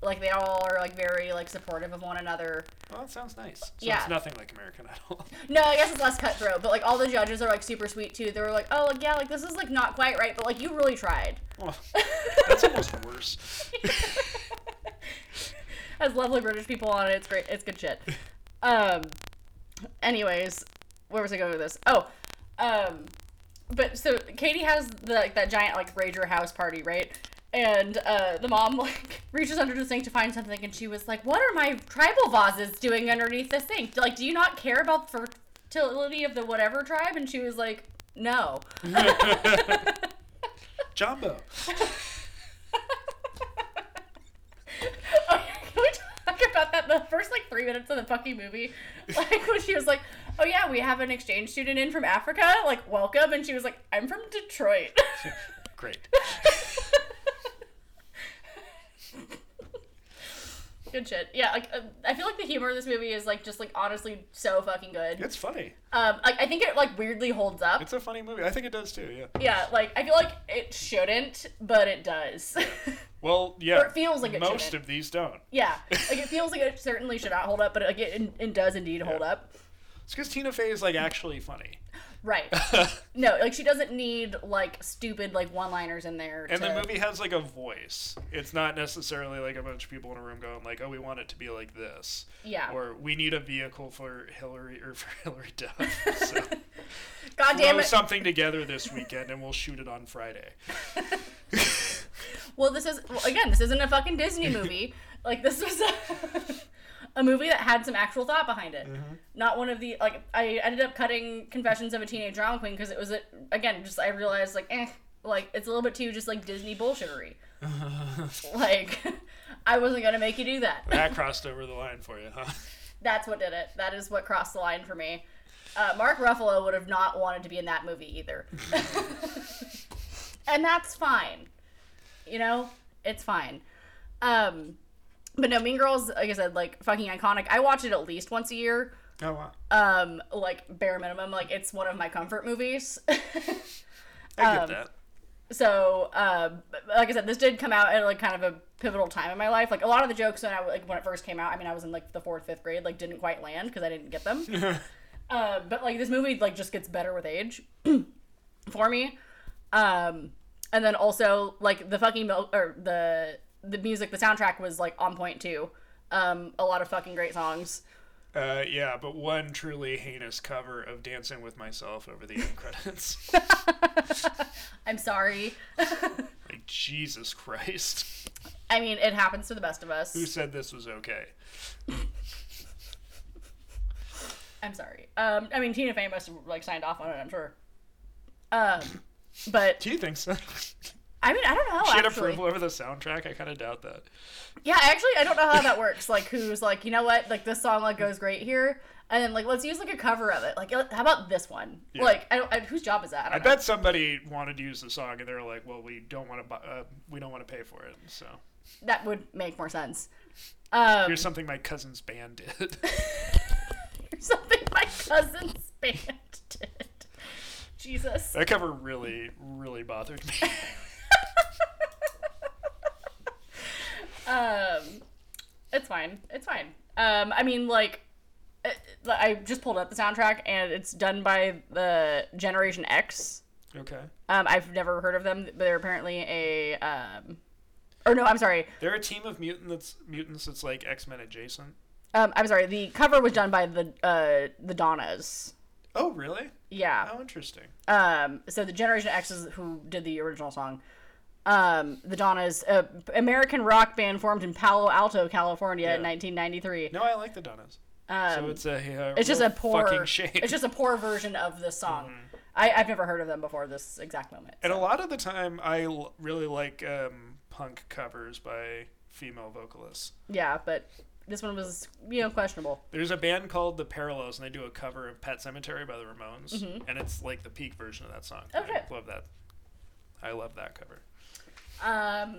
[SPEAKER 1] like they all are like very like supportive of one another.
[SPEAKER 2] Well, that sounds nice. So
[SPEAKER 1] Yeah.
[SPEAKER 2] it's nothing like American Idol.
[SPEAKER 1] No, I guess it's less cutthroat, but like all the judges are like super sweet too. They were like, oh, like, yeah, like this is like not quite right, but like you really tried.
[SPEAKER 2] Well, that's almost worse.
[SPEAKER 1] Has lovely British people on it. It's great. It's good shit. Um, anyways, where was I going with this? Oh, um, but so Katie has the like that giant like rager house party, right? And uh, the mom like reaches under the sink to find something, and she was like, "What are my tribal vases doing underneath the sink? Like, do you not care about the fertility of the whatever tribe?" And she was like, "No."
[SPEAKER 2] Jumbo.
[SPEAKER 1] Okay, can we talk about that? The first like three minutes of the fucking movie, like when she was like, "Oh yeah, we have an exchange student in from Africa. Like, welcome," and she was like, "I'm from Detroit."
[SPEAKER 2] Great.
[SPEAKER 1] good shit. Yeah, like uh, I feel like the humor of this movie is like just like honestly so fucking good.
[SPEAKER 2] It's funny.
[SPEAKER 1] Um, like I think it like weirdly holds up.
[SPEAKER 2] It's a funny movie. I think it does too. Yeah.
[SPEAKER 1] yeah, like I feel like it shouldn't, but it does.
[SPEAKER 2] Well, yeah.
[SPEAKER 1] Or it feels like it
[SPEAKER 2] most
[SPEAKER 1] shouldn't.
[SPEAKER 2] of these don't.
[SPEAKER 1] yeah, like it feels like it certainly should not hold up, but like it, it does indeed hold
[SPEAKER 2] Yeah.
[SPEAKER 1] up.
[SPEAKER 2] It's because Tina Fey is like actually funny.
[SPEAKER 1] Right. No, like she doesn't need like stupid like one-liners in there.
[SPEAKER 2] And
[SPEAKER 1] to...
[SPEAKER 2] the movie has like a voice. It's not necessarily like a bunch of people in a room going like, "Oh, we want it to be like this,"
[SPEAKER 1] yeah.
[SPEAKER 2] or "We need a vehicle for Hillary or for Hillary Duff." So,
[SPEAKER 1] God damn
[SPEAKER 2] throw
[SPEAKER 1] it.
[SPEAKER 2] something together this weekend, and we'll shoot it on Friday.
[SPEAKER 1] Well, this is well, again, this isn't a fucking Disney movie. like this was a, a movie that had some actual thought behind it.
[SPEAKER 2] Mm-hmm.
[SPEAKER 1] Not one of the like I ended up cutting Confessions of a Teenage Drama Queen because it was a, again just I realized like eh like it's a little bit too just like Disney bullshittery. like I wasn't gonna make you do that.
[SPEAKER 2] That crossed over the line for you, huh?
[SPEAKER 1] That's what did it. That is what crossed the line for me. Uh, Mark Ruffalo would have not wanted to be in that movie either. and that's fine. You know, it's fine. Um, but no, Mean Girls, like I said, like fucking iconic. I watch it at least once a year.
[SPEAKER 2] Oh wow.
[SPEAKER 1] Uh, Um, like bare minimum, like it's one of my comfort movies.
[SPEAKER 2] I get
[SPEAKER 1] Um,
[SPEAKER 2] that.
[SPEAKER 1] so uh, like I said, this did come out at like kind of a pivotal time in my life. Like a lot of the jokes when I like when it first came out, I mean I was in like the fourth, fifth grade, like didn't quite land because I didn't get them. uh, but like this movie like just gets better with age for me. Um, and then also like the fucking mil- or the the music, the soundtrack was like on point too. Um, a lot of fucking great songs.
[SPEAKER 2] Uh, yeah, but one truly heinous cover of Dancing with Myself over the end credits.
[SPEAKER 1] I'm sorry.
[SPEAKER 2] like, Jesus Christ.
[SPEAKER 1] I mean, it happens to the best of us.
[SPEAKER 2] Who said this was okay?
[SPEAKER 1] I'm sorry. Um, I mean, Tina Fey must have like signed off on it. I'm sure. Um, but
[SPEAKER 2] Do you think so?
[SPEAKER 1] I mean, I don't know.
[SPEAKER 2] she had
[SPEAKER 1] actually.
[SPEAKER 2] approval over the soundtrack? I kind of doubt that.
[SPEAKER 1] Yeah, actually, I don't know how that works. Like, who's like, you know what? Like, this song like goes great here, and then like let's use like a cover of it. Like, uh, how about this one?
[SPEAKER 2] Yeah.
[SPEAKER 1] Like, I don't. I, whose job is that? I,
[SPEAKER 2] I
[SPEAKER 1] don't know.
[SPEAKER 2] bet somebody wanted to use the song, and they were like, "Well, we don't want to, bu- uh, we don't want to pay for it." So
[SPEAKER 1] that would make more sense. Um,
[SPEAKER 2] here's something my cousin's band did.
[SPEAKER 1] here's something my cousin's band did. Jesus.
[SPEAKER 2] that cover really, really bothered me.
[SPEAKER 1] um, it's fine. It's fine. Um, I mean, like, it, I just pulled up the soundtrack, and it's done by the Generation X.
[SPEAKER 2] okay,
[SPEAKER 1] Um, I've never heard of them, but they're apparently a. Um, or no, I'm sorry.
[SPEAKER 2] they're a team of mutant that's mutants that's like X Men adjacent.
[SPEAKER 1] Um, I'm sorry. The cover was done by the uh, the Donnas.
[SPEAKER 2] Oh, really?
[SPEAKER 1] Yeah.
[SPEAKER 2] How interesting.
[SPEAKER 1] Um, so the Generation X is who did the original song. Um, the Donnas, a American rock band formed in Palo Alto, California, in
[SPEAKER 2] Yeah.
[SPEAKER 1] 1993.
[SPEAKER 2] No, I like the Donnas.
[SPEAKER 1] Um,
[SPEAKER 2] so it's a uh,
[SPEAKER 1] it's just
[SPEAKER 2] real
[SPEAKER 1] a poor,
[SPEAKER 2] fucking shame.
[SPEAKER 1] it's just a poor version of this song. I, I've never heard of them before this exact moment.
[SPEAKER 2] and a lot of the time, I l- really like um, punk covers by female vocalists.
[SPEAKER 1] Yeah, but this one was, you know, questionable.
[SPEAKER 2] There's a band called The Parallels, and they do a cover of Pet Cemetery by the Ramones,
[SPEAKER 1] Mm-hmm.
[SPEAKER 2] and it's like the peak version of that song.
[SPEAKER 1] Okay.
[SPEAKER 2] I love that. I love that cover.
[SPEAKER 1] Um,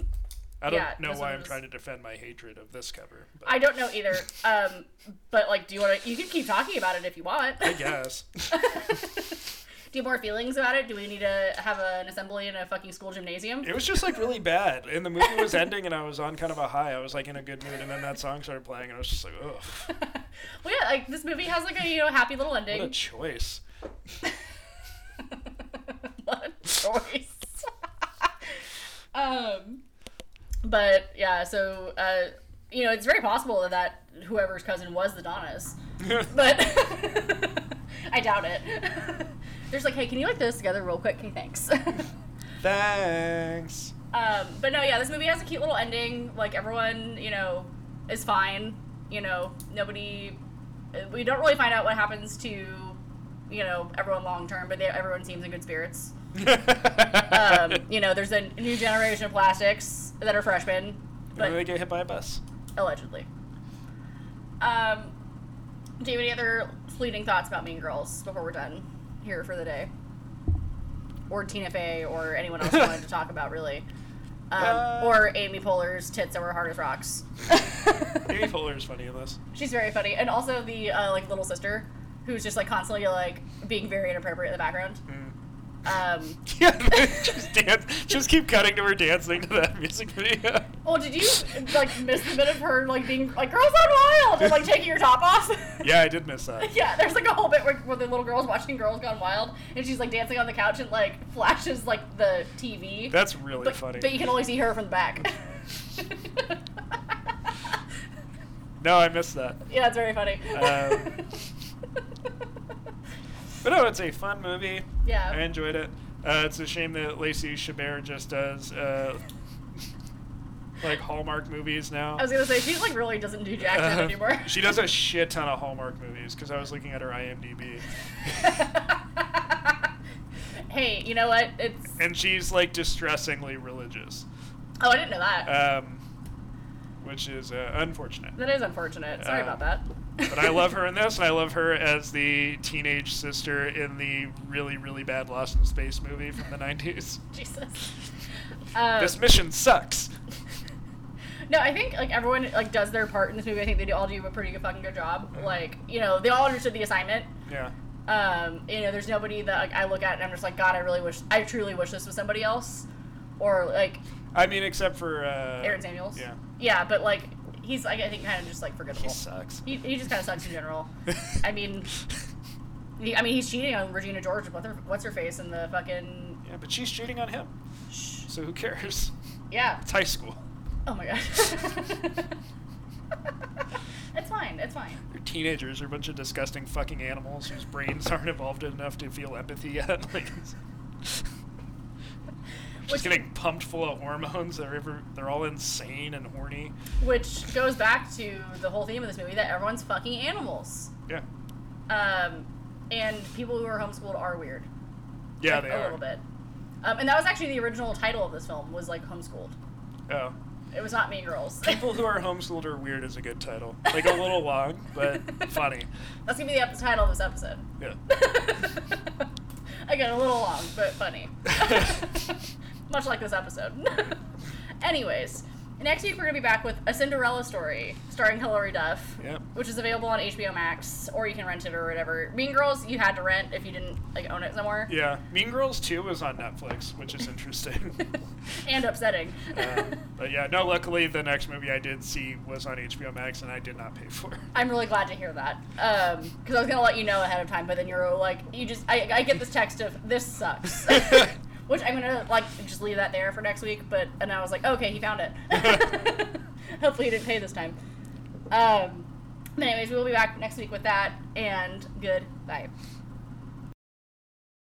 [SPEAKER 2] I don't
[SPEAKER 1] Yeah,
[SPEAKER 2] know
[SPEAKER 1] this
[SPEAKER 2] why
[SPEAKER 1] one
[SPEAKER 2] I'm
[SPEAKER 1] was-
[SPEAKER 2] trying to defend my hatred of this cover, but
[SPEAKER 1] I don't know either. Um, but like, do you want to? You can keep talking about it if you want.
[SPEAKER 2] I guess.
[SPEAKER 1] do you have more feelings about it? Do we need to have an assembly in a fucking school gymnasium?
[SPEAKER 2] it was just like really bad, and the movie was ending, and I was on kind of a high. I was like in a good mood, and then that song started playing, and I was just like, ugh,
[SPEAKER 1] Well, yeah, like this movie has like a you know happy little
[SPEAKER 2] what a
[SPEAKER 1] ending.
[SPEAKER 2] choice.
[SPEAKER 1] What a choice. um, but yeah, so uh, you know, it's very possible that, that whoever's cousin was the Donna's, but I doubt it. There's like, hey, can you like this together real quick? Okay, thanks.
[SPEAKER 2] Thanks.
[SPEAKER 1] um, but no, yeah, this movie has a cute little ending. Like everyone, you know, is fine. You know, nobody. We don't really find out what happens to, you know, everyone long term, but they, everyone seems in good spirits. um, you know, there's a new generation of plastics that are freshmen,
[SPEAKER 2] and
[SPEAKER 1] but
[SPEAKER 2] they get hit by a bus.
[SPEAKER 1] allegedly. Um, do you have any other fleeting thoughts about Mean Girls before we're done here for the day? Or Tina Fey, or anyone else you wanted to talk about, really? Um,
[SPEAKER 2] Uh,
[SPEAKER 1] or Amy Poehler's tits that were hard as rocks.
[SPEAKER 2] Amy Poehler is funny in this.
[SPEAKER 1] She's very funny, and also the uh, like little sister, who's just like constantly like being very inappropriate in the background. Um,
[SPEAKER 2] Hmm. Yeah, just dance. Just keep cutting to her dancing to that music video.
[SPEAKER 1] Well, oh, did you like miss the bit of her like being like girls gone wild and like taking your top off?
[SPEAKER 2] Yeah, I did miss that.
[SPEAKER 1] Yeah, there's like a whole bit where, where the little girl's watching Girls Gone Wild and she's like dancing on the couch and like flashes like the TV.
[SPEAKER 2] That's really
[SPEAKER 1] but,
[SPEAKER 2] funny.
[SPEAKER 1] But you can only see her from the back.
[SPEAKER 2] No, I missed that.
[SPEAKER 1] yeah, it's very funny.
[SPEAKER 2] Um, But no, it's a fun movie.
[SPEAKER 1] yeah.
[SPEAKER 2] I enjoyed it. Uh, it's a shame that Lacey Chabert just does uh, like Hallmark movies now.
[SPEAKER 1] I was gonna say she like really doesn't do jack shit
[SPEAKER 2] Uh,
[SPEAKER 1] anymore.
[SPEAKER 2] she does a shit ton of Hallmark movies because I was looking at her IMDb,
[SPEAKER 1] hey, you know what? It's
[SPEAKER 2] and she's like distressingly religious,
[SPEAKER 1] oh, I didn't know that.
[SPEAKER 2] um, which is uh, unfortunate.
[SPEAKER 1] that is unfortunate. Sorry
[SPEAKER 2] uh,
[SPEAKER 1] about that.
[SPEAKER 2] But I love her in this, and I love her as the teenage sister in the really, really bad Lost in Space movie from the 90s.
[SPEAKER 1] Jesus. Um,
[SPEAKER 2] This mission sucks.
[SPEAKER 1] no, I think like everyone like does their part in this movie. I think they do all do a pretty good fucking good job. Like you know they all understood the assignment.
[SPEAKER 2] Yeah.
[SPEAKER 1] Um, you know, there's nobody that like, I look at and I'm just like, God, I really wish, I truly wish this was somebody else, or like
[SPEAKER 2] I mean, except for uh,
[SPEAKER 1] Aaron Samuels.
[SPEAKER 2] Yeah,
[SPEAKER 1] Yeah, but like he's like I think kind of just like
[SPEAKER 2] he
[SPEAKER 1] forgettable.
[SPEAKER 2] sucks.
[SPEAKER 1] He, he just kind of sucks in general. I mean, he, I mean he's cheating on Regina George with what's her, what's her face in the fucking.
[SPEAKER 2] yeah, but she's cheating on him,
[SPEAKER 1] Shh.
[SPEAKER 2] so who cares?
[SPEAKER 1] Yeah.
[SPEAKER 2] It's high school.
[SPEAKER 1] Oh my god. it's fine. It's fine.
[SPEAKER 2] They're teenagers. They're a bunch of disgusting fucking animals whose brains aren't evolved enough to feel empathy yet. like, it's-
[SPEAKER 1] Which-
[SPEAKER 2] just getting pumped full of hormones. They're ever, they're all insane and horny.
[SPEAKER 1] Which goes back to the whole theme of this movie that everyone's fucking animals.
[SPEAKER 2] Yeah,
[SPEAKER 1] Um, and people who are homeschooled are weird.
[SPEAKER 2] yeah,
[SPEAKER 1] like,
[SPEAKER 2] they
[SPEAKER 1] a
[SPEAKER 2] are.
[SPEAKER 1] little bit. Um, and that was actually the original title of this film was like homeschooled.
[SPEAKER 2] Oh,
[SPEAKER 1] It was not Mean Girls.
[SPEAKER 2] people who are homeschooled are weird is a good title. Like a little long, but funny.
[SPEAKER 1] That's gonna be the ep- title of this episode.
[SPEAKER 2] Yeah.
[SPEAKER 1] Again, a little long, but funny. Much like this episode. Anyways, next week we're gonna be back with a Cinderella story starring Hilary Duff,
[SPEAKER 2] Yep.
[SPEAKER 1] which is available on HBO Max, or you can rent it or whatever. Mean Girls, you had to rent if you didn't like own it somewhere.
[SPEAKER 2] Yeah, Mean Girls Two is on Netflix, which is interesting.
[SPEAKER 1] and upsetting.
[SPEAKER 2] Uh, but yeah, no. Luckily, the next movie I did see was on HBO Max, and I did not pay for it.
[SPEAKER 1] I'm really glad to hear that. Um 'cause because I was gonna let you know ahead of time, but then you're like, you just, I, I get this text of this sucks, which I'm gonna like just leave that there for next week. But and I was like, okay, he found it. Hopefully, he didn't pay this time. Um, but anyways, we'll be back next week with that, and goodbye.